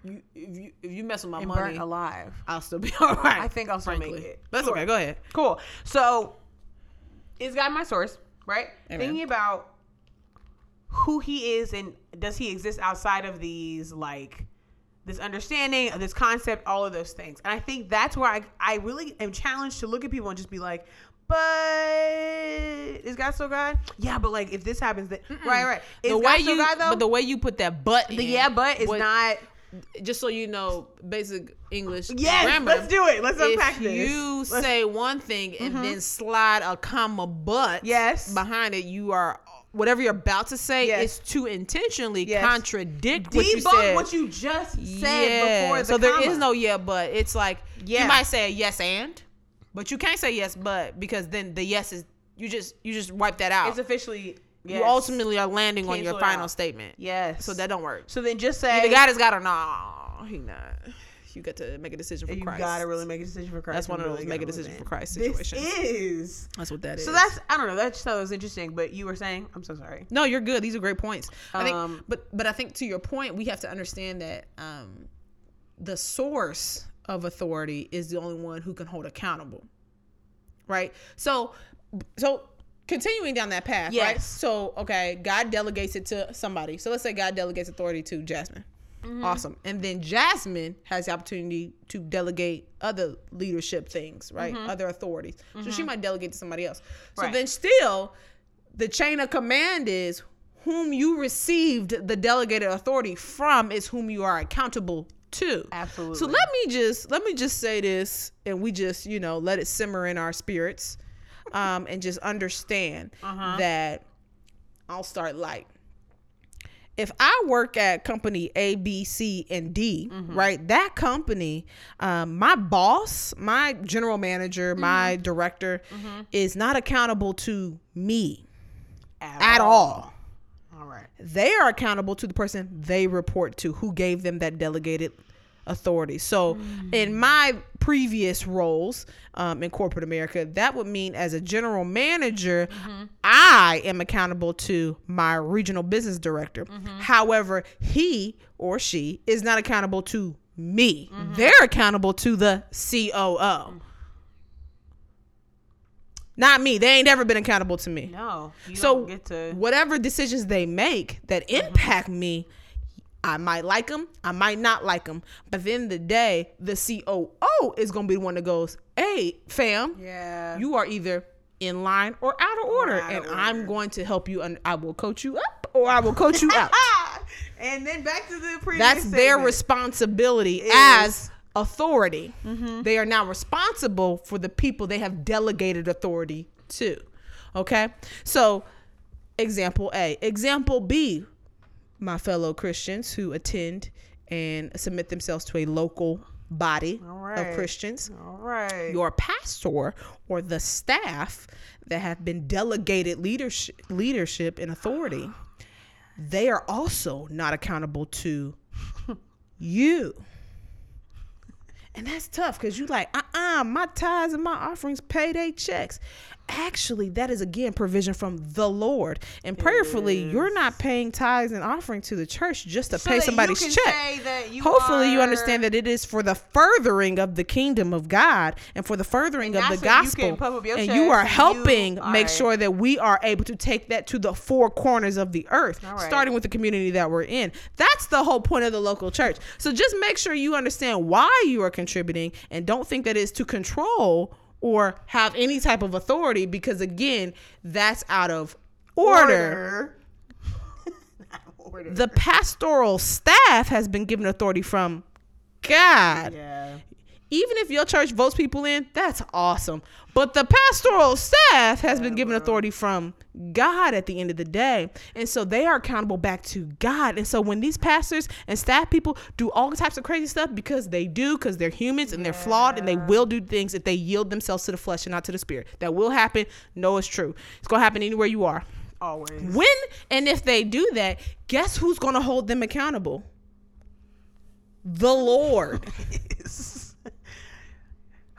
B: you, if you if you mess with my
A: and
B: money,
A: burnt alive.
B: I'll still be all right.
A: I think I'll still make
B: frankly.
A: it.
B: That's
A: Sure.
B: okay. Go ahead.
A: Cool. So, is God my source? Right. Thinking about who He is and does He exist outside of these like this understanding, this concept, all of those things. And I think that's where I I really am challenged to look at people and just be like. But is God still God? Yeah, but like if this happens, then right, right. Is
B: the
A: God
B: way
A: still
B: you,
A: God though?
B: but the way you put that but,
A: The
B: in
A: yeah, but it's
B: was-
A: not.
B: Just so you know, basic English
A: Yes,
B: grammar.
A: let's do it. Let's unpack
B: if
A: this.
B: you say one thing and then slide a comma but
A: Mm-hmm. Yes.
B: behind it, you are whatever you're about to say
A: Yes.
B: is to intentionally
A: Yes.
B: contradict what you
A: debunk
B: said.
A: what you just said
B: yeah.
A: before the
B: so there
A: comma.
B: is no yeah but. It's like
A: Yeah.
B: you might say a yes and, but you can't say yes but because then the yes is you just you just wipe that out.
A: It's officially yes.
B: You ultimately are landing on
A: Cancel
B: your
A: it
B: final
A: out.
B: statement.
A: yes.
B: So that don't work.
A: So then just say
B: The God has got or no, he not. You got to make a decision for
A: you
B: Christ.
A: gotta really make a decision for Christ.
B: That's one
A: You
B: of those
A: really
B: make a
A: gotta
B: decision
A: move
B: for
A: in.
B: Christ
A: This
B: situations.
A: is.
B: That's what that is.
A: So that's I don't know. That just thought it was interesting. But you were saying I'm so sorry.
B: no, you're good. These are great points. I think,
A: Um,
B: but but I think to your point, we have to understand that um, the source of authority is the only one who can hold accountable, right? So so continuing down that path, right?
A: Yes.
B: So okay, God delegates it to somebody. So let's say God delegates authority to Jasmine.
A: Mm-hmm.
B: Awesome. And then Jasmine has the opportunity to delegate other leadership things, right? Other authorities. So she might delegate to somebody else.
A: Mm-hmm.
B: So
A: Right.
B: then still the chain of command is whom you received the delegated authority from is whom you are accountable to. So
A: Absolutely.
B: let me just let me just say this and we just, you know, let it simmer in our spirits um and just understand that I'll start light. If I work at company A, B, C, and D, right? That company, um, my boss, my general manager, my director is not accountable to me at all.
A: All right.
B: They are accountable to the person they report to who gave them that delegated authority. So, in my previous roles um, in corporate America, that would mean as a general manager, I am accountable to my regional business director. However, he or she is not accountable to me, they're accountable to the COO. Not me. They ain't ever been accountable to me
A: No. You
B: so
A: don't get to.
B: whatever decisions they make that
A: Mm-hmm.
B: impact me i might like them i might not like them but at the end of the day the coo is gonna be the one that goes hey fam
A: Yeah.
B: you are either in line or out of order
A: out
B: and
A: of
B: i'm going to help you and i will coach you up or i will coach you out
A: Ah! And then back to the previous.
B: that's their
A: statement.
B: responsibility as authority they are now responsible for the people they have delegated authority to okay so example a example b my fellow christians who attend and submit themselves to a local body
A: right.
B: of christians
A: All right.
B: your pastor or the staff that have been delegated leadership leadership and authority they are also not accountable to you And that's tough because you like, uh-uh, my tithes and my offerings pay they checks. Actually, that is again provision from the Lord. And prayerfully, you're not paying tithes and offering to the church just to
A: So
B: pay
A: that you
B: somebody's
A: can
B: check.
A: say that you
B: Hopefully, you
A: are-
B: understand that it is for the furthering of the kingdom of God and for the furthering
A: And
B: of the
A: that's when you
B: gospel.
A: can puff up your
B: and
A: chest
B: you are
A: and you
B: helping
A: are-
B: make sure that we are able to take that to the four corners of the earth,
A: right.
B: starting with the community that we're in. That's the whole point of the local church. So just make sure you understand why you are contributing and don't think that it's to control or have any type of authority because, again, that's out of order.
A: Order.
B: The pastoral staff has been given authority from God
A: yeah.
B: even if your church votes people in, that's awesome. But the pastoral staff has been given authority from God at the end of the day. And so they are accountable back to God. And so when these pastors and staff people do all types of crazy stuff because they do, because they're humans and they're flawed and they will do things if they yield themselves to the flesh and not to the spirit. That will happen. No, it's true. It's going to happen anywhere you are.
A: Always.
B: When and if they do that, guess who's going to hold them accountable? The Lord.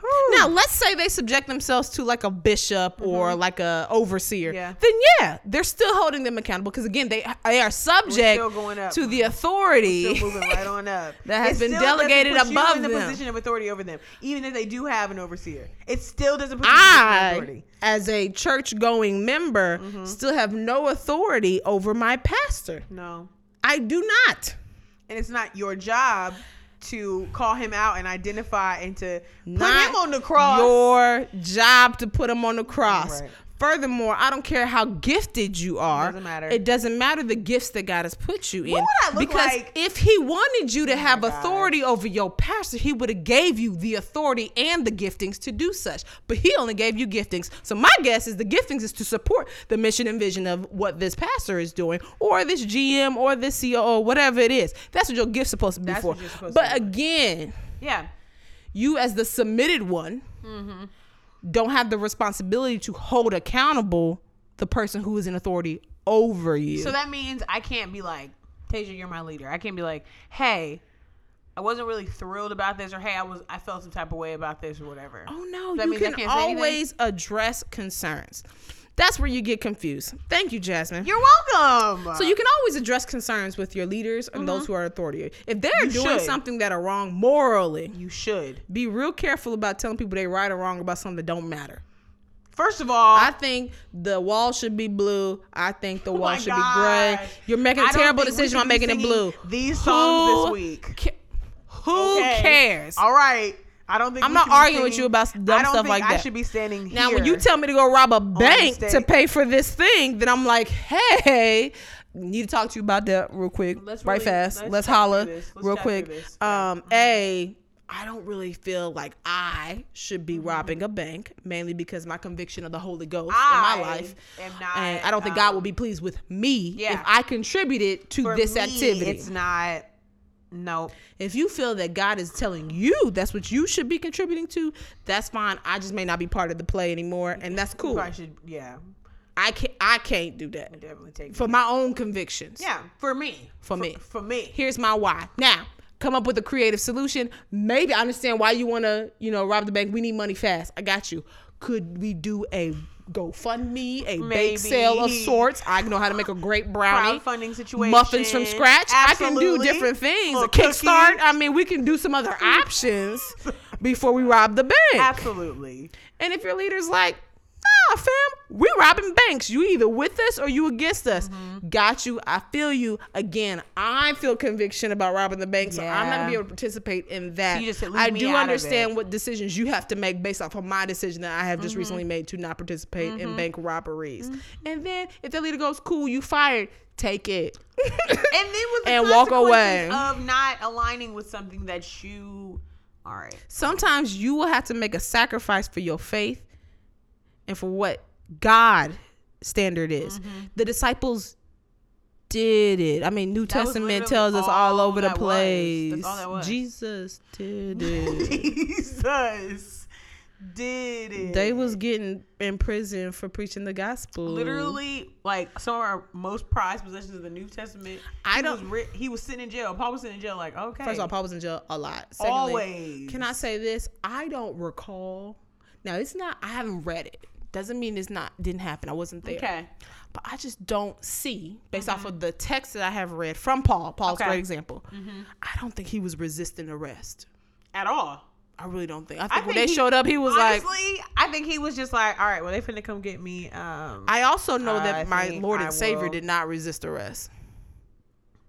A: Hmm.
B: Now, let's say they subject themselves to like a bishop or like a overseer.
A: Mm-hmm. Yeah.
B: Then yeah, they're still holding them accountable because again, they they are subject
A: still going up.
B: to the authority.
A: Still moving right on up.
B: That has
A: It
B: been
A: still doesn't
B: delegated
A: put you
B: above
A: in the
B: them.
A: position of authority over them, even if they do have an overseer. It still doesn't put you in the position of
B: I,
A: authority. Mm-hmm.
B: as a church going member, still have no authority over my pastor.
A: No,
B: I do not.
A: and it's not your job to call him out and identify and to
B: Not
A: put him on the cross.
B: Your job to put him on the cross.
A: Right.
B: Furthermore, I don't care how gifted you are.
A: Doesn't matter.
B: It doesn't matter the gifts that God has put you in.
A: would I look
B: because
A: like- Oh
B: if He wanted you to have authority over your pastor, He would have gave you the authority and the giftings to do such. But He only gave you giftings. So my guess is the giftings is to support the mission and vision of what this pastor is doing, or this GM, or this COO, whatever it is. That's what your gift's supposed to be
A: That's
B: for.
A: what you're supposed to
B: but again
A: yeah.
B: you as the submitted one don't have the responsibility to hold accountable the person who is in authority over you.
A: So that means I can't be like, Tasia, you're my leader. I can't be like, hey, I wasn't really thrilled about this, or hey, I was, I felt some type of way about this, or whatever.
B: oh no,
A: that
B: you
A: means I
B: can
A: can't say anything?
B: always address concerns. That's where you get confused. Thank you, Jasmine.
A: You're welcome.
B: so you can always address concerns with your leaders and those who are authority. If they're doing
A: Mm-hmm. should.
B: something that are wrong morally,
A: you should.
B: be real careful about telling people they right or wrong about something that don't matter.
A: First of all,
B: I think the wall should be blue. I think the wall
A: Oh my
B: should be gray.
A: gosh.
B: You're making
A: I
B: a
A: don't
B: terrible
A: think we
B: decision
A: should
B: by
A: be
B: making it
A: singing
B: blue.
A: These songs
B: Who
A: this week.
B: ca- Who
A: Okay?
B: cares?
A: All right. I don't think
B: I'm
A: we
B: not
A: should be
B: arguing with
A: singing-
B: you about dumb
A: I don't
B: stuff
A: think
B: like
A: I
B: that.
A: should be standing
B: Now, when
A: here.
B: you tell me to go rob a bank to
A: stage.
B: pay for this thing, then I'm like, hey, need to talk to you about that real quick,
A: Let's
B: right
A: really-
B: fast. Let's,
A: let's chat
B: holler
A: through this. Let's
B: real
A: chat through
B: quick.
A: this. Yeah. Mm-hmm.
B: Um, a, I don't really feel like I should be robbing a bank, mainly because my conviction of the Holy Ghost in
A: I
B: my life,
A: am not,
B: and I don't think God will
A: um,
B: be pleased with me if
A: yeah.
B: I contributed to
A: For
B: this
A: me,
B: activity.
A: it's not. No.
B: If you feel that God is telling you that's what you should be contributing to, that's fine. I just may not be part of the play anymore, and that's cool.
A: I should. Yeah.
B: I can't. I can't do that
A: Definitely take.
B: for my own convictions.
A: yeah. For me.
B: For me.
A: For me.
B: Here's my why. Now, come up with a creative solution. Maybe I understand why you want to, you know, rob the bank. We need money fast. I got you. Could we do a GoFundMe, a bake
A: Maybe.
B: sale of sorts? I know how to make a great brownie.
A: crowdfunding situation.
B: Muffins from scratch. I can do
A: Absolutely.
B: different things. A
A: Little cookies.
B: Kickstart. I mean, we can do some other options before we rob the bank.
A: Absolutely.
B: And if your leader's like, nah, fam, we robbing banks. You either with us or you against us.
A: Mm-hmm.
B: Got you. I feel you. Again, I feel conviction about robbing the bank, so I'm not gonna be
A: Yeah.
B: able to participate in that.
A: So you just said, leave
B: I
A: me
B: do
A: out of
B: understand what decisions you have to make based off of my decision that I have just recently
A: Mm-hmm.
B: made to not participate in bank robberies. And then if the leader goes, cool, you fired, take it.
A: And then with the
B: And walk away.
A: consequences of not aligning with something that you. All right.
B: sometimes you will have to make a sacrifice for your faith and for what God standard is.
A: Mm-hmm.
B: The disciples did it. I mean, New
A: was
B: Testament
A: literally
B: tells us all
A: all
B: over the
A: that was. That's
B: place.
A: all that was.
B: Jesus did it.
A: Jesus did it.
B: They was getting in prison for preaching the gospel.
A: Literally, like some of our most prized possessions of the New Testament.
B: I
A: he
B: don't-
A: Was ri- he was sitting in jail. Paul was sitting in jail. Like, okay.
B: First of all, Paul was in jail a lot. Secondly,
A: Always.
B: Can I say this? I don't recall. Now it's not. I haven't read it. Doesn't mean it's not didn't happen. I wasn't there.
A: Okay.
B: But I just don't see, based off of the text that I have read from Paul. Paul's a
A: Mm-hmm. Okay. Mm-hmm.
B: great example. I don't think he was resisting arrest.
A: At all.
B: I really don't think. I think, when
A: think
B: they
A: he-
B: showed up, he was like.
A: Honestly, I think he was just like, all right, well, they finna come get me. Um,
B: I also know
A: I
B: that my
A: think
B: Lord
A: I
B: and Savior
A: will-
B: did not resist arrest.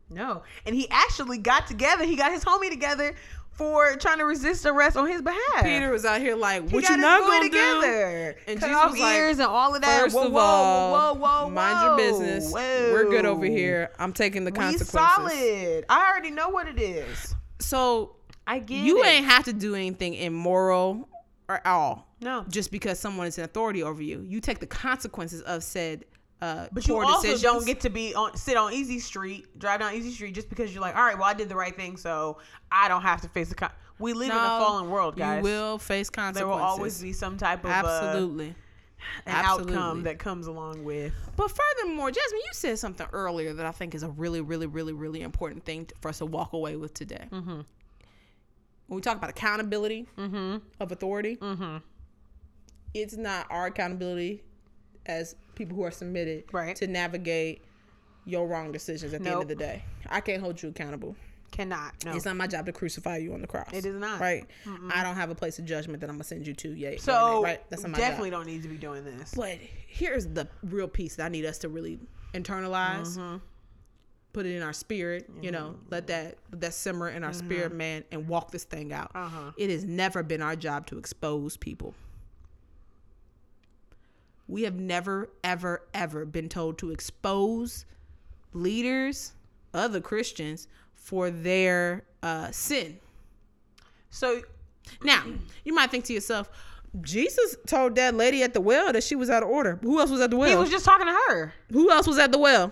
A: no. And he actually got together. He got his homie together for trying to resist arrest on his behalf.
B: Peter was out here like,
A: He
B: "What
A: got
B: you
A: his
B: not
A: boy
B: gonna do?"
A: together.
B: And
A: Cut
B: Jesus
A: off
B: was like,
A: ears and all of that.
B: First
A: whoa,
B: of
A: whoa,
B: all,
A: whoa, whoa, whoa,
B: mind your business. We're good over
A: whoa.
B: here. I'm taking the
A: We
B: consequences.
A: solid. I already know what it is.
B: So
A: I get
B: you
A: it.
B: ain't have to do anything immoral or at all.
A: No.
B: Just because someone is in authority over you, you take the consequences of said uh,
A: But you
B: poor
A: also
B: decisions.
A: don't get to be on sit on easy street, drive down easy street just because you're like, all right, well, I did the right thing, so I don't have to face the. Con-. We live in a
B: No,
A: fallen world, guys.
B: You will face consequences.
A: there will always be some type of uh,
B: absolutely
A: an
B: absolutely.
A: outcome that comes along with.
B: But furthermore, Jasmine, you said something earlier that I think is a really, really, really, really important thing t- for us to walk away with today.
A: Mm-hmm.
B: When we talk about accountability of authority,
A: Mm-hmm.
C: It's not our accountability as people who are submitted
A: Right.
C: to navigate your wrong decisions at the end of
A: Nope.
C: the day. I can't hold you accountable.
A: Cannot. No.
C: It's not my job to crucify you on the cross.
A: It is not.
C: Right. I don't have a place of judgment that I'm gonna send you to. Yeah.
A: so
C: right. That's not my job.
A: definitely don't need to be doing this.
B: But here's the real piece that I need us to really internalize, put it in our spirit. You know, let that let that simmer in our spirit, man, and walk this thing out.
A: Uh-huh.
B: It has never been our job to expose people. We have never, ever, ever been told to expose leaders, other Christians, for their uh, sin.
A: So
B: Now, you might think to yourself, Jesus told that lady at the well that she was out of order. Who else was at the well?
A: he was just talking to her.
B: Who else was at the well?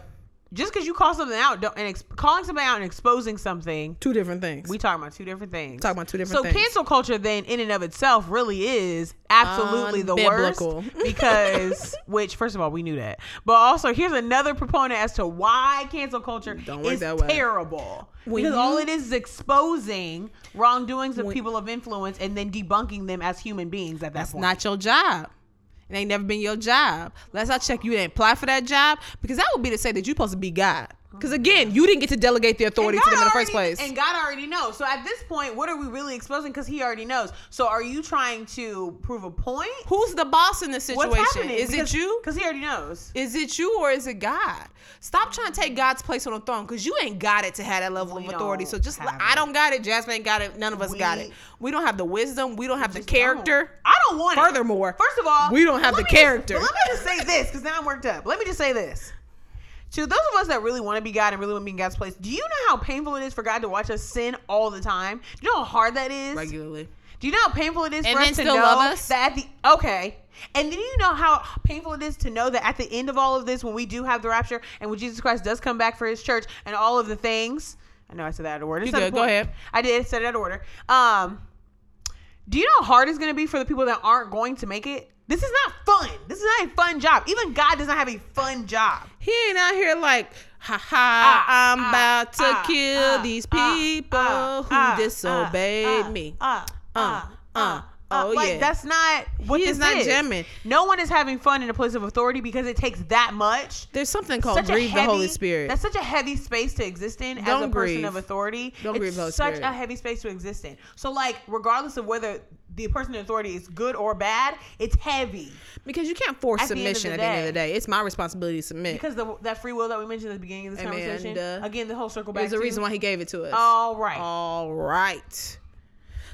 A: Just because you call something out, don't, and ex- calling somebody out and exposing something,
B: Two different things.
A: we talking about two different things.
B: talking about two different
A: so
B: things.
A: cancel culture then in and of itself really is absolutely the worst
B: Unbiblical.
A: because which first of all we knew that but also here's another proponent as to why cancel culture
B: Don't work
A: is
B: that way.
A: terrible
B: When
A: because all
B: you-
A: it is is exposing wrongdoings of people of influence and then debunking them as human beings at that
B: That's
A: point
B: not your job. It ain't never been your job. Last I check, you didn't apply for that job because that would be to say that you're supposed to be God. Because again, you didn't get to delegate the authority
A: And
B: to
A: God
B: them in the first
A: already-
B: place.
A: And God already knows. So at this point, what are we really exposing? Because He already knows. So are you trying to prove a point?
B: Who's the boss in this
A: What's
B: situation?
A: happening?
B: Is it you?
A: Because He already knows.
B: Is it you or is it God? Stop trying to take God's place on the throne because you ain't got it to have that level
A: We
B: of authority.
A: don't
B: So just
A: have
B: I don't got it. Jasmine ain't got it. None of us got
A: We-
B: it. We don't have the wisdom. We don't have the
A: just
B: character.
A: don't. I don't want it.
B: Furthermore,
A: First of all,
B: we don't have
A: let
B: the
A: me
B: character.
A: Just, but let me just say this because now I'm worked up. Let me just say this. To those of us that really want to be God and really want to be in God's place, do you know how painful it is for God to watch us sin all the time? Do you know how hard that is?
B: regularly.
A: Do you know how painful it is
B: And
A: for us
B: then
A: to
B: still
A: know
B: love us?
A: that at the okay? And then you know how painful it is to know that at the end of all of this, when we do have the rapture and when Jesus Christ does come back for His church and all of the things. I know I said that out of order.
B: You
A: It's not
B: good. Go
A: important.
B: ahead.
A: I did said it out of order. Um, do you know how hard it's going to be for the people that aren't going to make it? This is not fun. This is not a fun job. Even God does not have a fun job.
B: He ain't out here like, ha ha,
A: Ah,
B: I'm
A: ah,
B: about to
A: ah, ah,
B: kill these
A: ah,
B: people
A: ah,
B: who
A: ah,
B: disobeyed
A: ah,
B: me.
A: Ah, ah,
B: uh,
A: ah.
B: oh,
A: like
B: yeah.
A: that's not what
B: He
A: this
B: is not jamming.
A: No one is having fun in a place of authority because it takes that much.
B: There's something
A: Such
B: called
A: a
B: grieve the
A: heavy-
B: Holy Spirit.
A: That's such a heavy space to exist in as a
B: Don't
A: person
B: grieve.
A: of authority.
B: Don't
A: it's
B: grieve the Holy
A: such
B: Spirit.
A: a heavy space to exist in. So like, regardless of whether the person in authority is good or bad, it's heavy
B: because you can't force
A: At the end of
B: submission
A: the
B: at the end of the day. It's my responsibility to submit.
A: because the, that free will that we mentioned at the beginning of this
B: Amanda,
A: conversation. Again, the whole circle back.
B: There's a
A: to-
B: reason why he gave it to us.
A: All right.
B: All right.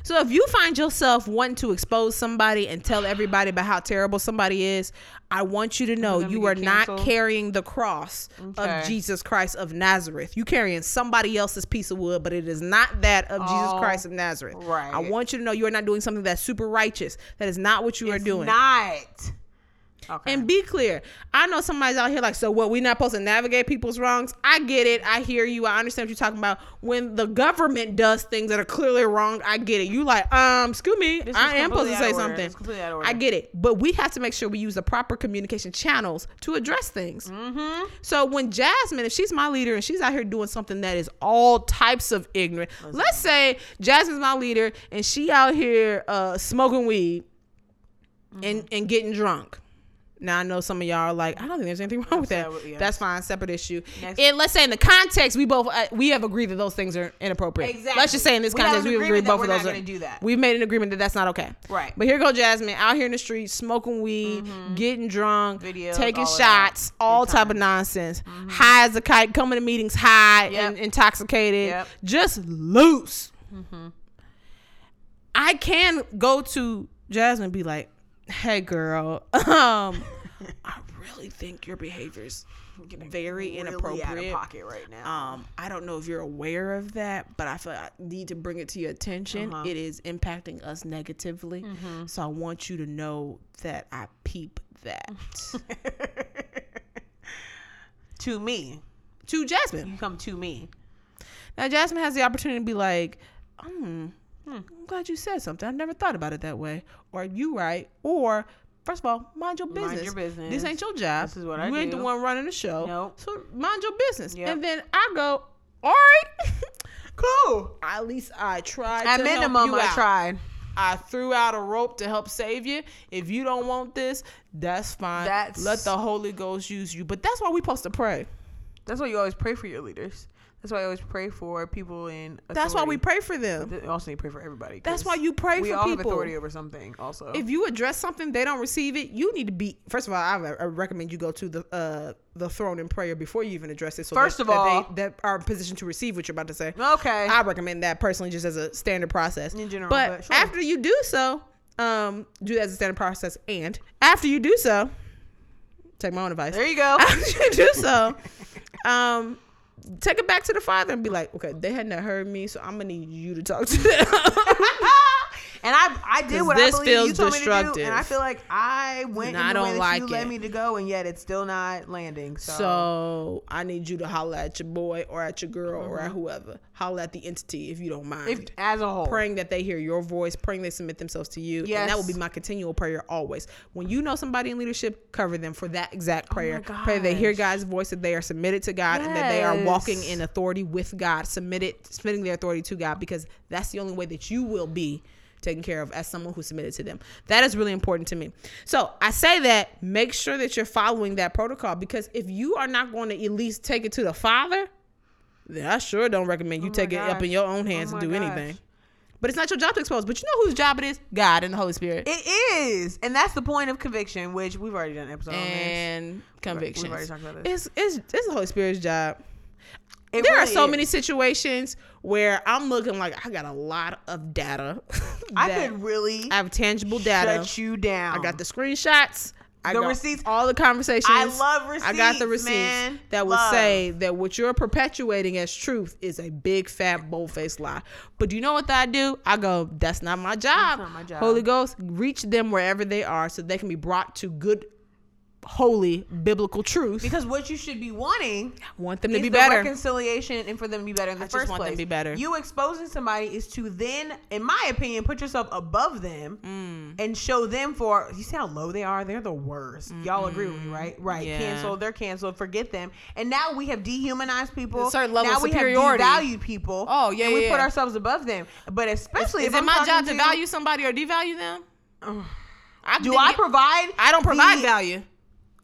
B: So if you find yourself wanting to expose somebody and tell everybody about how terrible somebody is, I want you to know
A: them to
B: you
A: get
B: are not
A: canceled?
B: carrying the cross
A: Okay.
B: of Jesus Christ of Nazareth. You carrying somebody else's piece of wood, but it is not that of Jesus
A: All
B: Christ of Nazareth. I
A: right.
B: want you to know you are not doing something that's super righteous. That is not what you are
A: It's
B: doing.
A: not. Okay.
B: And be clear. I know somebody's out here like, so what? We're not supposed to navigate people's wrongs. I get it. I hear you. I understand what you're talking about. When the government does things that are clearly wrong, I get it. You like, um, excuse me,
A: This is
B: I am supposed
A: completely
B: to
A: out
B: say
A: of order.
B: something.
A: It's completely out of order.
B: I get it, but we have to make sure we use the proper communication channels to address things.
A: mm-hmm.
B: So when Jasmine, if she's my leader and she's out here doing something that is all types of ignorant, let's say Jasmine's my leader and she out here uh, smoking weed and
A: Mm-hmm.
B: and getting drunk. Now I know some of y'all are like, I don't think there's anything wrong with that.
A: Absolutely, yes.
B: That's fine, separate issue.
A: Next-
B: And let's say in the context, we both uh, we have agreed that those things are inappropriate.
A: Exactly.
B: Let's just say in this
A: We have
B: context,
A: an
B: we agree
A: agreement that
B: both
A: we're
B: of
A: not
B: those.
A: gonna do that.
B: We've made an agreement that that's not okay.
A: Right. Mm-hmm.
B: But here go Jasmine out here in the street smoking weed, getting drunk,
A: Videos,
B: taking
A: all of that. Mm-hmm.
B: shots, all type of nonsense. High as a kite, coming to meetings high
A: Yep.
B: and intoxicated,
A: Yep.
B: just loose. I can go to Jasmine and be like, "Hey, girl, um, I really think your behavior's very
A: Really out of
B: inappropriate.
A: pocket right now.
B: Um, I don't know if you're aware of that, but I feel I need to bring it to your attention.
A: Uh-huh.
B: It is impacting us negatively,
A: Mm-hmm.
B: so I want you to know that I peep that Um,
A: to me,
B: to Jasmine."
A: you come to me.
B: Now Jasmine has the opportunity to be like, hmm, hmm, I'm glad you said something. I never thought about it that way. Or you right. Or first of all, mind your business.
A: Mind your business.
B: This ain't your job.
A: This is what I
B: You ain't the
A: do.
B: one running the show.
A: Nope.
B: So mind your business.
A: Yep.
B: And then I go, all right. Cool. At least I tried.
A: At
B: to help
A: minimum,
B: you
A: I
B: out.
A: tried.
B: I threw out a rope to help save you. If you don't want this, that's fine.
A: That's-
B: Let the Holy Ghost use you. But that's why we supposed to pray.
A: That's why you always pray for your leaders. That's why I always pray for people in. Authority.
B: That's why we pray for them.
A: Th- Also, you pray for everybody.
B: That's
A: 'cause
B: why you pray
A: we
B: for
A: all have
B: people.
A: authority over something. Also,
B: if you address something they don't receive it you need to be first of all i, I recommend you go to the uh the throne in prayer before you even address it so
A: First
B: that,
A: of
B: that
A: all-
B: they, that are in position to receive what you're about to say
A: okay,
B: i recommend that personally just as a standard process
A: In general,
B: but,
A: but sure.
B: after you do so um do that as a standard process and after you do so take my own advice
A: there you go.
B: after you do so um take it back to the father and be like okay they hadn't heard me so i'm gonna need you to talk to them
A: and I, I did
B: 'Cause
A: what
B: this
A: I believe
B: feels
A: you told me to do,
B: destructive.
A: and I feel like I went.
B: And
A: in
B: I
A: the way
B: don't
A: that
B: like
A: you led
B: it.
A: me to go, and yet it's still not landing. So,
B: So I need you to holla at your boy or at your girl or at whoever. Holla at the entity if you don't mind.
A: Mm-hmm. if, as a whole,
B: praying that they hear your voice, praying they submit themselves to you. And that will be
A: Yes.
B: my continual prayer always. When you know somebody in leadership, cover them for that
A: Oh
B: exact prayer. pray they hear God's voice, that they are submitted to God, and that they are walking
A: Yes.
B: in authority with God, submitted submitting their authority to God, because that's the only way that you will be taken care of as someone who submitted to them. That is really important to me. So I say that make sure that you're following that protocol because if you are not going to at least take it to the Father, then I sure don't recommend you take it up in
A: Oh gosh.
B: your own hands
A: Oh
B: and
A: my
B: do
A: gosh.
B: anything. But it's not your job to expose. But you know whose job it is? God and the Holy Spirit.
A: it is, and that's the point of conviction, which we've already done an episode on this.
B: and convictions.
A: already talked about
B: It's, it's, it's the Holy Spirit's job.
A: It
B: there are
A: really
B: so
A: is.
B: many situations where I'm looking like I got a lot of data.
A: I
B: that-
A: could really
B: I have tangible data.
A: shut you down.
B: I got the screenshots. I
A: Um, The
B: got
A: receipts.
B: All the conversations.
A: I love
B: I got the
A: receipts,
B: receipts
A: man.
B: that will
A: Love.
B: say that what you're perpetuating as truth is a big fat bold faced lie. But do you know what I do? I go, that's not my job.
A: not my job."
B: Holy Ghost, reach them wherever they are so they can be brought to good holy biblical truth.
A: because what you should be wanting
B: I want them to
A: is
B: be
A: the
B: better.
A: reconciliation and for them to be better in the
B: just
A: first
B: want them
A: place.
B: to be better.
A: You exposing somebody is to then, in my opinion, put yourself above them
B: Mm.
A: and show them for you see how low they are. They're the worst. Y'all agree with me, right? Right.
B: Yeah.
A: Canceled. They're canceled. Forget them. And now we have dehumanized people.
B: A certain level
A: now
B: of superiority.
A: we have devalued people.
B: Oh, yeah,
A: and We
B: yeah,
A: put
B: yeah.
A: ourselves above them. But especially
B: is
A: if
B: it
A: I'm
B: my job
A: talking
B: to
A: you-
B: value somebody or devalue them? I
A: Do
B: didn't
A: I
B: get-
A: provide?
B: I don't provide
A: the-
B: value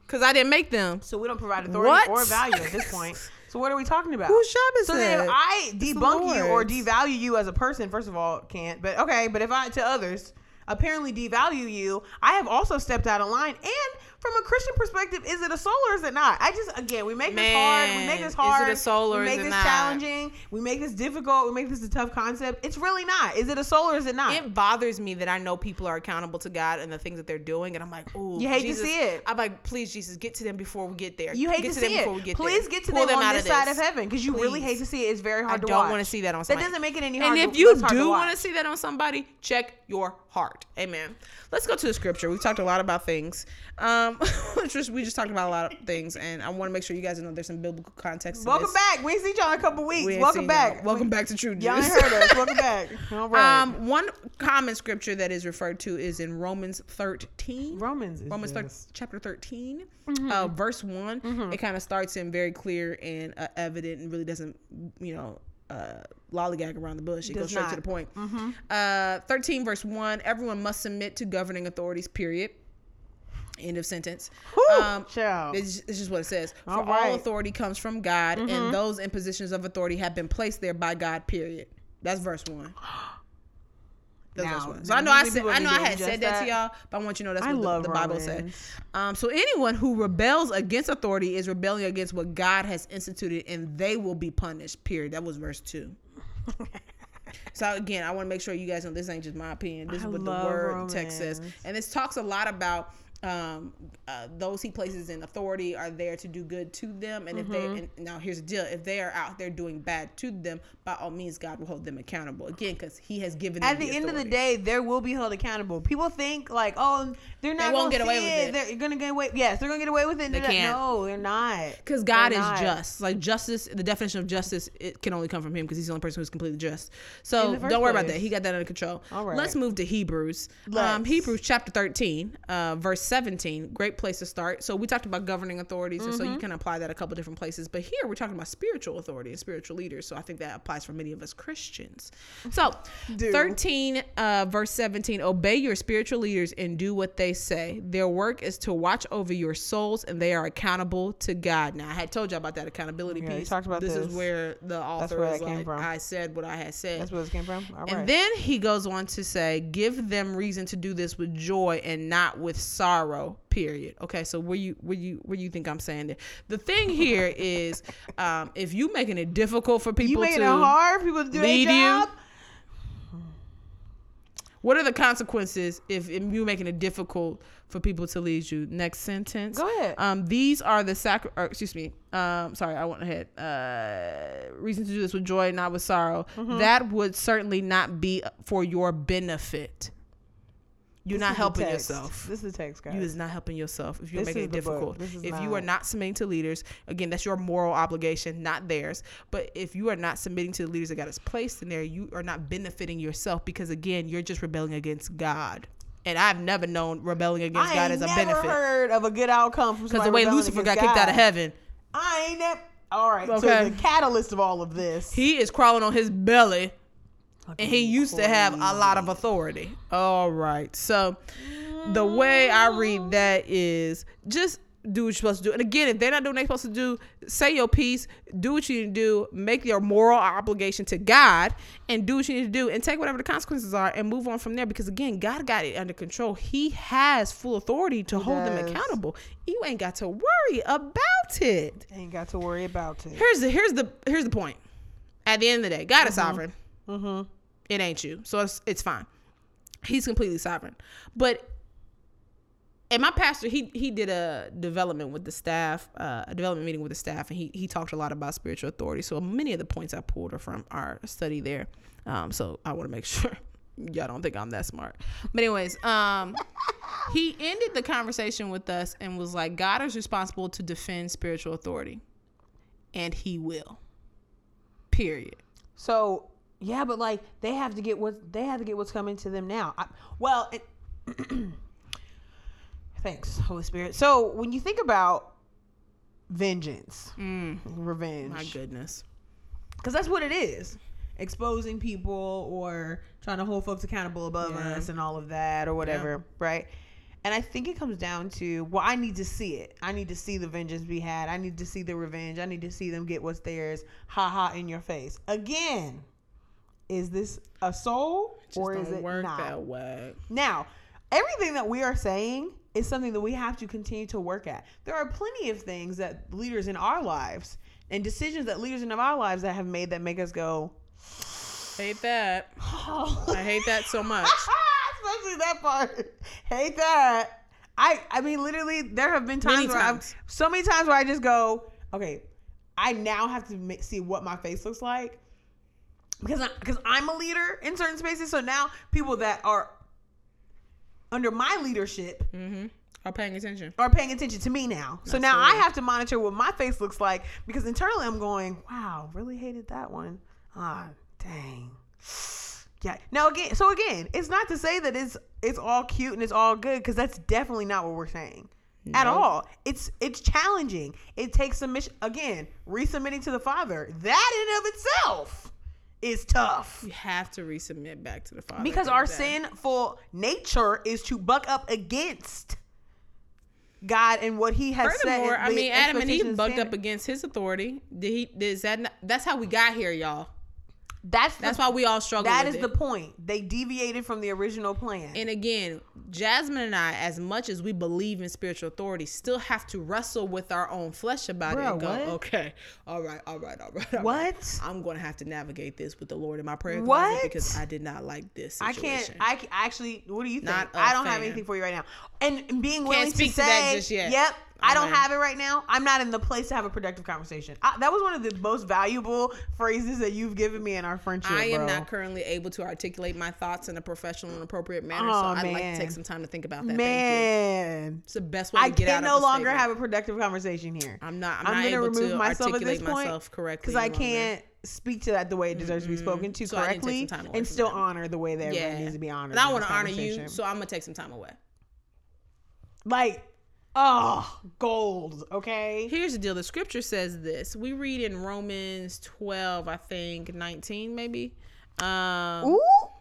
B: because I didn't make them.
A: So we don't provide authority
B: What?
A: or value at this point. So what are we talking about?
B: Whose job is
A: so then if
B: that?
A: I debunk you or
B: Lord's.
A: devalue you as a person, first of all, can't. But okay, but if I to others apparently devalue you, I have also stepped out of line. And from a Christian perspective, is it a soul or is it not? I just again we make this hard. We
B: Man,
A: make
B: is
A: this
B: it
A: hard.
B: a soul or
A: we
B: is
A: make
B: it
A: this
B: not?
A: challenging. We make this difficult. We make this a tough concept. It's really not. Is it a soul or is it not?
B: it bothers me that I know people are accountable to God and the things that they're doing, and I'm like, oh,
A: You hate to see it.
B: I'm like, please, Jesus, get to them before we get there.
A: You hate
B: get
A: to, see it. Please get to
B: Pull
A: them, on
B: out
A: this
B: of
A: side of heaven because you really
B: Please.
A: hate to see it. It's very
B: I
A: hard to watch.
B: don't want to see that on somebody.
A: That doesn't make it any
B: And
A: harder.
B: if you
A: less hard
B: do
A: watch.
B: want to see that on somebody, check your heart. Amen. Let's go to the scripture. We've talked a lot about things. Um, just, we just talked about a lot of things, and I want to make sure you guys know there's some biblical context. to
A: Welcome
B: this.
A: back. We ain't seen y'all in a couple weeks.
B: We ain't
A: Welcome
B: seen
A: back.
B: y'all. Welcome back to True News.
A: Y'all ain't heard us. Welcome back. All right.
B: Um, one common scripture that is referred to is in Romans 13.
A: Romans. Is
B: Romans 13, chapter 13,
A: Mm-hmm.
B: uh, verse one It kind of starts in very clear and uh, evident, and really doesn't, you know, uh, lollygag around the bush. It goes straight to the point.
A: Mm-hmm.
B: Uh, 13, verse one. Everyone must submit to governing authorities. Period. End of sentence. Um,
A: Child.
B: it's, it's just what it says. For
A: All
B: all,
A: right. Mm-hmm.
B: authority comes from God, and those in positions of authority have been placed there by God. Period. That's verse one. That's
A: Now-
B: verse one. So
A: now
B: I know
A: you
B: I
A: people
B: said
A: need
B: I
A: to
B: know I had
A: ingest
B: said that,
A: that.
B: to y'all, but I want you to know that's
A: I
B: what
A: love
B: the, the Bible said.
A: Romans.
B: Um, so anyone who rebels against authority is rebelling against what God has instituted, and they will be punished. Period. That was verse two. So again, I want to make sure you guys know this ain't just my opinion. This
A: I
B: is what the
A: love
B: word the text says,
A: romance.
B: and this talks a lot about um, uh, those he places in authority are there to do good to them, and if they
A: Mm-hmm.
B: and now here's the deal: if they are out there doing bad to them, by all means, God will hold them accountable again because He has given. Them
A: At the end of the
B: authority.
A: day, they will be held accountable. People think like, oh, they're not
B: won't
A: gonna
B: get away
A: see
B: with
A: They're gonna get away. Yes, they're gonna get away with it.
B: They can't.
A: No, they're not.
B: because God
A: They're
B: is
A: not.
B: just. Like justice, the definition of justice, it can only come from Him because He's the only person who's completely just.
A: In
B: So
A: the
B: don't
A: first
B: worry about
A: place.
B: that. He got that under control.
A: All right.
B: Let's move to Hebrews. Um,
A: Let's.
B: Hebrews chapter thirteen, uh, verse seventeen. Great place to start. So we talked about governing authorities, and so
A: Mm-hmm.
B: you can apply that a couple different places. But here we're talking about spiritual authority and spiritual leaders. So I think that applies for many of us Christians. So thirteen, uh, verse seventeen. Obey your spiritual leaders and do what they say. Their work is to watch over your souls, and they are accountable to God. Now I had told you all about that accountability
A: we
B: piece.
A: talked about
B: this.
A: this.
B: is where the author
A: where
B: is
A: that came
B: like,
A: from.
B: I said what I had said.
A: That's where this came from. All right.
B: And then he goes on to say, "Give them reason to do this with joy and not with sorrow." Period. Okay, so where you where you where you think I'm saying that? The thing here is, um, if you making it difficult for
A: you
B: people
A: making
B: to
A: it hard for people to do their
B: lead you.
A: job.
B: what are the consequences if, if you making it difficult for people to lead you? Next sentence.
A: Go ahead.
B: Um, these are the sacri- or, excuse me. Um, sorry, I went ahead. Uh, reason to do this with joy, not with sorrow.
A: Mm-hmm.
B: That would certainly not be for your benefit. You're
A: This
B: not
A: is the
B: helping
A: text.
B: yourself.
A: This is the text, guys.
B: You is not helping yourself if you're
A: This
B: making
A: is
B: it
A: the book.
B: difficult.
A: This is
B: If you are
A: not-
B: not submitting to leaders, again, that's your moral obligation, not theirs. But if you are not submitting to the leaders that got us placed in there, you are not benefiting yourself because again, you're just rebelling against God. And I've never known rebelling against
A: I
B: God as
A: ain't
B: a
A: never
B: benefit.
A: heard of a good outcome from
B: Because
A: somebody
B: the way
A: rebelling
B: Lucifer got
A: against
B: kicked out of
A: God.
B: heaven,
A: I ain't never. All right. So
B: Okay.
A: the catalyst of all of this.
B: he is crawling on his belly. And he used to have a lot of authority. All right. So the way I read that is just do what you're supposed to do. And again, if they're not doing what they're supposed to do, say your piece, do what you need to do, make your moral obligation to God, and do what you need to do, and take whatever the consequences are and move on from there. Because again, God got it under control. He has full authority to hold them
A: does.
B: accountable. You ain't got to worry about it.
A: ain't got to worry about it.
B: Here's the here's the here's the point. At the end of the day, God is sovereign.
A: Mm-hmm.
B: It ain't you, so it's it's fine. He's completely sovereign. But and my pastor, he he did a development with the staff, uh, a development meeting with the staff, and he he talked a lot about spiritual authority. So many of the points I pulled are from our study there. Um, so I want to make sure y'all don't think I'm that smart. But anyways, um he ended the conversation with us and was like, God is responsible to defend spiritual authority, and he will. Period.
A: So yeah, but like they have to get what they have to get what's coming to them now. I, well, it, thanks Holy Spirit. So when you think about vengeance,
B: My
A: revenge,
B: goodness.
A: because that's what it is. Exposing people or trying to hold folks accountable above us and all of that or whatever, right? And I think it comes down to well, I need to see it. I need to see the vengeance be had. I need to see the revenge. I need to see them get what's theirs. Ha ha in your face. Again, is this a soul or is it
B: work
A: not?
B: that way.
A: Now, everything that we are saying is something that we have to continue to work at. There are plenty of things that leaders in our lives and decisions that leaders in our lives that have made that make us go,
B: Hate that.
A: oh.
B: I hate that so much.
A: Especially that part. Hate that. I I mean literally there have been times
B: Many
A: where
B: times.
A: I've so many times where I just go, okay, I now have to ma- see what my face looks like because because I'm a leader in certain spaces. So now people that are under my leadership
B: Are Mm-hmm. paying attention?
A: are paying attention to me now. So now I have to monitor what my face looks like because internally I'm going, wow, really hated that one. Ah, dang. Yeah. Now again, so again, it's not to say that it's it's all cute and it's all good because that's definitely not what we're saying at all. It's it's challenging. It takes submission again. Resubmitting to the father that in and of itself is tough
B: You have to resubmit back to the father
A: because
B: at the
A: our
B: end of the day.
A: sinful nature is to buck up against God and what He has
B: Furthermore,
A: said.
B: I
A: the
B: mean, Adam and Eve
A: expectations
B: bucked up
A: standard.
B: against his authority. Did he? Is that? Not, that's how we got here, y'all.
A: That's
B: That's
A: that's
B: why we all struggle.
A: that is
B: with it.
A: the point. They deviated from the original plan.
B: And again, Jasmine and I, as much as we believe in spiritual authority, still have to wrestle with our own flesh about it and
A: Bruh,
B: go,
A: what?
B: okay, all right, all right, all right. all right.
A: what?
B: I'm going to have to navigate this with the Lord in my prayer closet
A: What?
B: because I did not like this
A: I
B: situation.
A: can't. I ca- actually. What do you think?
B: Not a
A: I don't have
B: fan.
A: anything for you right now. And being willing
B: speak
A: to
B: to
A: say,
B: that just yet.
A: "Yep, I don't
B: Amen.
A: have it right now. I'm not in the place to have a productive conversation." I, that was one of the most valuable phrases that you've given me in our friendship.
B: I am
A: bro.
B: not currently able to articulate my thoughts in a professional and appropriate manner, so
A: Aw,
B: I'd like to
A: man.
B: take some time to think about that. Thank you.
A: Man,
B: It's the best way to
A: I
B: get
A: can
B: out
A: no
B: of the
A: longer
B: statement.
A: have a productive conversation here.
B: I'm not. I'm,
A: I'm
B: not
A: gonna
B: able
A: remove
B: to
A: myself at
B: articulate
A: this point
B: myself correctly
A: because I
B: any longer.
A: can't speak to that the way it deserves to be spoken to
B: So I need to
A: correctly,
B: take some time away
A: and
B: from
A: still
B: that.
A: honor the way that
B: Yeah,
A: everyone needs to be honored.
B: and I
A: in
B: want
A: this
B: to honor you,
A: conversation.
B: so I'm gonna take some time away.
A: like, oh, gold. Okay,
B: Here's the deal. The scripture says this. We read in Romans 12, I think 19, maybe. Um,
A: Ooh,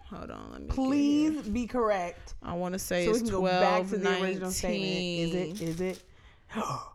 B: hold on, let me. get it.
A: please be correct.
B: I want to say
A: So we
B: it's
A: can
B: 12,
A: go back to the
B: 19.
A: original statement. Is it? Is it?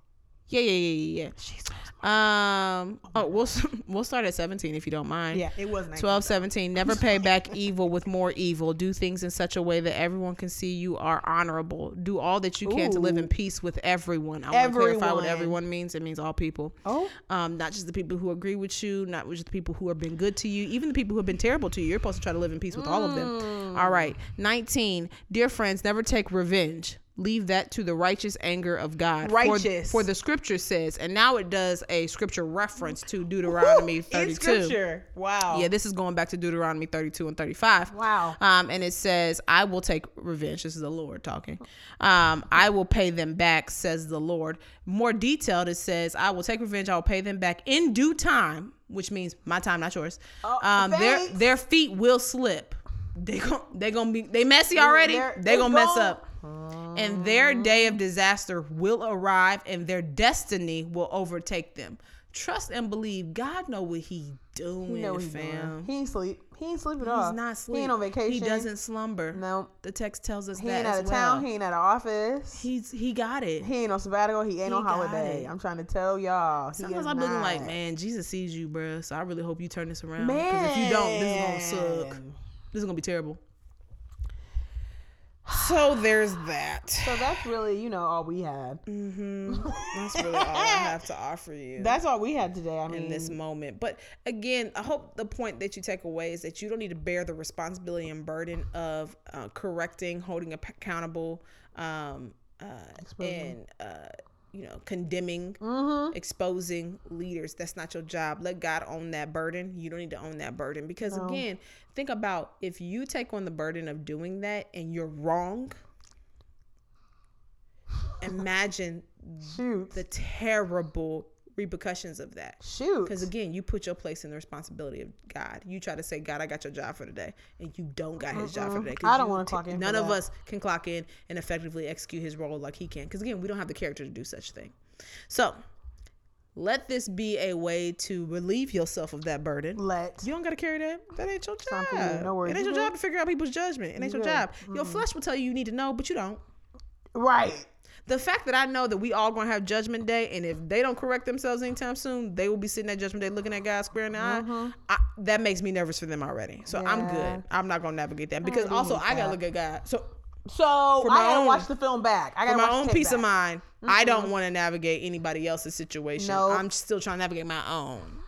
B: Yeah, yeah, yeah, yeah, yeah. Um. Oh, we'll we'll start at 17 if you don't mind.
A: Yeah, it was 19.
B: 12 17 never pay back evil with more evil do things in such a way that everyone can see you are honorable do all that you can to live in peace with everyone i want to clarify what
A: Everyone.
B: everyone means it means all people
A: Oh.
B: um not just the people who agree with you not just the people who have been good to you even the people who have been terrible to you you're supposed to try to live in peace with all of
A: Mm.
B: them all right 19 dear friends never take revenge leave that to the righteous anger of god For-
A: Righteous.
B: for, the scripture says and now it does a scripture reference to deuteronomy
A: Woo,
B: 32
A: In scripture. Wow.
B: yeah, this is going back to Deuteronomy 32 and 35.
A: Wow.
B: Um, and it says, I will take revenge. This is the Lord talking. Um, I will pay them back, says the Lord. More detailed, it says, I will take revenge. I will pay them back in due time, which means my time, not yours.
A: Oh,
B: um, their,
A: thanks.
B: their feet will slip. They gon' they gonna be they messy already.
A: they're-
B: They
A: it's
B: gonna mess
A: gone.
B: up, and their day of disaster will arrive, and their destiny will overtake them. Trust and believe. God know what He doing,
A: You know what he doing.
B: fam.
A: He ain't sleep. He ain't sleeping at all.
B: He's not sleeping.
A: He ain't on vacation.
B: He doesn't slumber.
A: No.
B: The text tells us
A: He
B: that
A: ain't out
B: as
A: of
B: well.
A: town. He ain't out of office.
B: He's he got it.
A: He ain't on sabbatical. He ain't on
B: got
A: holiday.
B: it.
A: I'm trying to tell y'all. He
B: Sometimes
A: is
B: I'm looking like,
A: not.
B: man, Jesus sees you, bruh. So I really hope you turn this around. Because if you don't, this is gonna suck.
A: Man.
B: This is gonna be terrible. So there's that.
A: So that's really, you know, all we had.
B: Mm-hmm. That's really all I have to offer you.
A: That's all we had today. I mean,
B: in this moment. But again, I hope the point that you take away is that you don't need to bear the responsibility and burden of uh, correcting, holding ap- accountable, um, uh, and uh, you know, condemning,
A: mm-hmm.
B: exposing leaders. That's not your job. Let God own that burden. You don't need to own that burden because again, think about if you take on the burden of doing that and you're wrong. Imagine
A: shoot,
B: the terrible repercussions of that.
A: shoot.
B: Because again, you put your place in the responsibility of God. You try to say, God, I got your job for today, and you don't got his job for today. 'cause
A: I don't
B: you
A: wanna
B: t-
A: clock in for
B: None of
A: that.
B: us can clock in and effectively execute his role like he can. Because again, we don't have the character to do such thing. So let this be a way to relieve yourself of that burden.
A: Let
B: You don't gotta carry that. That ain't your
A: not
B: job.
A: for you. No worries.
B: It ain't
A: You
B: your
A: good?
B: job to figure out people's judgment. It ain't your
A: good.
B: job. Your flesh will tell you you need to know, but you don't
A: right.
B: the fact that I know that we all gonna have judgment day, and if they don't correct themselves anytime soon, they will be sitting at judgment day looking at God square in the eye. I, that makes me nervous for them already. So I'm
A: Mm-hmm. Yeah.
B: good. I'm not gonna navigate that because also I gotta look at God. So
A: So
B: my
A: I gotta
B: own-
A: watch the film back. I
B: for
A: gotta
B: my
A: watch the
B: own
A: tape
B: peace
A: back.
B: of mind, I don't want to navigate anybody else's situation.
A: Nope.
B: I'm still trying to navigate my own,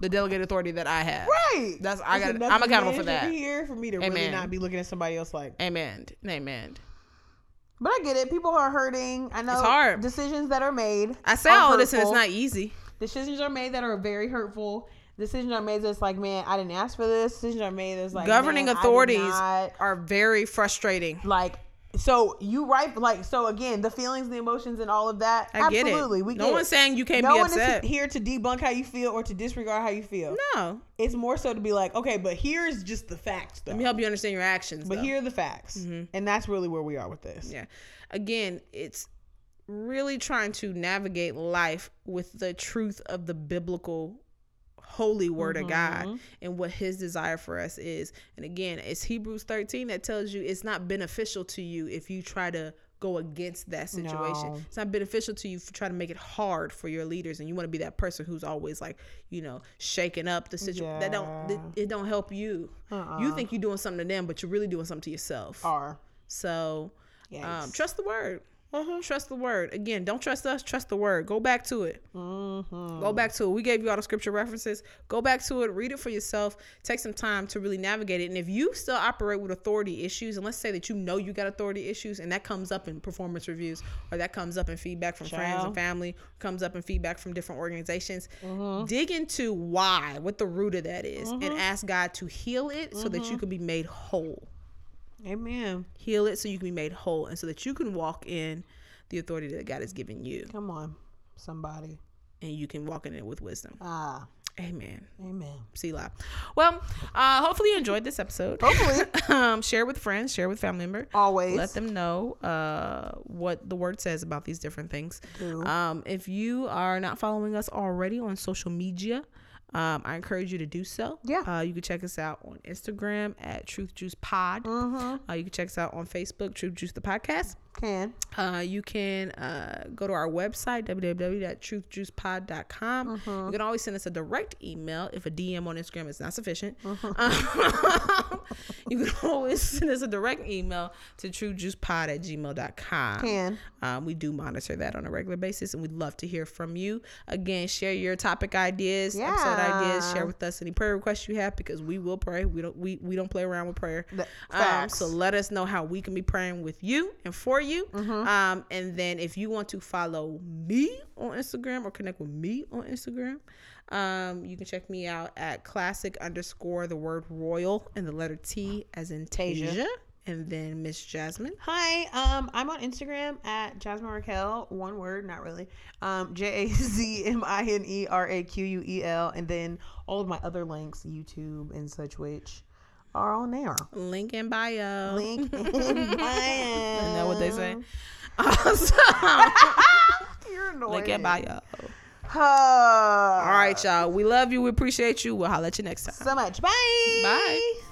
B: the delegated authority that I have.
A: Right.
B: That's I
A: There's
B: got.
A: enough
B: I'm accountable for
A: management
B: that.
A: Here for me to really
B: Amen.
A: not be looking at somebody else like.
B: Amen. Amen.
A: But I get it. People are hurting. I know
B: hard.
A: decisions that are made.
B: I say
A: are
B: all this and it's
A: hurtful.
B: not easy.
A: decisions are made that are very hurtful. Decisions are made that's like, man, I didn't ask for this. Decisions are made that's like
B: Governing
A: man, I did
B: authorities
A: not-
B: are very frustrating.
A: like So you right like so again the feelings, the emotions, and all of that.
B: I get it.
A: absolutely, we
B: no
A: get
B: one's
A: it.
B: saying you can't
A: no
B: be
A: one
B: upset.
A: is here to debunk how you feel or to disregard how you feel.
B: no.
A: It's more so to be like, okay, but here's just the facts, though.
B: Let me help you understand your actions.
A: but
B: though. Mm-hmm.
A: here are the facts, and that's really where we are with this.
B: Yeah. Again, it's really trying to navigate life with the truth of the biblical holy word of God and what his desire for us is. And again, it's Hebrews 13 that tells you it's not beneficial to you if you try to go against that situation.
A: No.
B: It's not beneficial to you for trying to make it hard for your leaders and you want to be that person who's always like, you know, shaking up the situation. That don't it, it don't help you.
A: Uh.
B: You think you're doing something to them, but you're really doing something to yourself.
A: Uh-uh. Are
B: So um, trust the word. Trust the word. Again, don't trust us. Trust the word. Go back to it.
A: Mm-hmm.
B: Go back to it. We gave you all the scripture references. Go back to it. Read it for yourself. Take some time to really navigate it. And if you still operate with authority issues, and let's say that you know you got authority issues, and that comes up in performance reviews, or that comes up in feedback from friends and family, comes up in feedback from different organizations, dig into why, what the root of that is, and ask God to heal it so that you can be made whole
A: amen.
B: heal it so you can be made whole and so that you can walk in the authority that God has given you
A: Come on, somebody.
B: and you can walk in it with wisdom.
A: Ah,
B: Amen.
A: amen.
B: Selah. Well, uh, hopefully you enjoyed this episode. Hopefully. um, share with friends, share with family member.
A: Oh. Always.
B: Let them know uh, what the word says about these different things. Um, if you are not following us already on social media, um, I encourage you to do so.
A: Yeah.
B: Uh, you can check us out on Instagram at Truth Juice Pod.
A: Mm-hmm.
B: Uh, you can check us out on Facebook, Truth Juice the Podcast.
A: Can
B: Uh, you can uh, go to our website, www.truthjuicepod.com. You can always send us a direct email if a DM on Instagram is not sufficient. Um, you can always send us a direct email to truejuicepod at gmail.com.
A: Can.
B: Um, we do monitor that on a regular basis, and we'd love to hear from you. Again, share your topic ideas, episode ideas. Share with us any prayer requests you have because we will pray. We don't we, we don't play around with prayer. Um, so
A: facts.
B: let us know how we can be praying with you and for you.
A: Mm-hmm.
B: Um, and then if you want to follow me on Instagram or connect with me on Instagram, um, you can check me out at classic underscore the word royal and the letter T as in Tasia. And then Miss Jasmine.
A: Hi, um, I'm on Instagram at Jasmine Raquel. One word, not really. Um, J A Z M I N E R A Q U E L, and then all of my other links, YouTube and such, which are on there.
B: Link in bio.
A: Link in bio.
B: Isn't that what they say? Awesome.
A: You're annoying.
B: Link in bio.
A: Huh.
B: All right, y'all. We love you. We appreciate you. We'll holler at you next time.
A: So much. Bye.
B: Bye.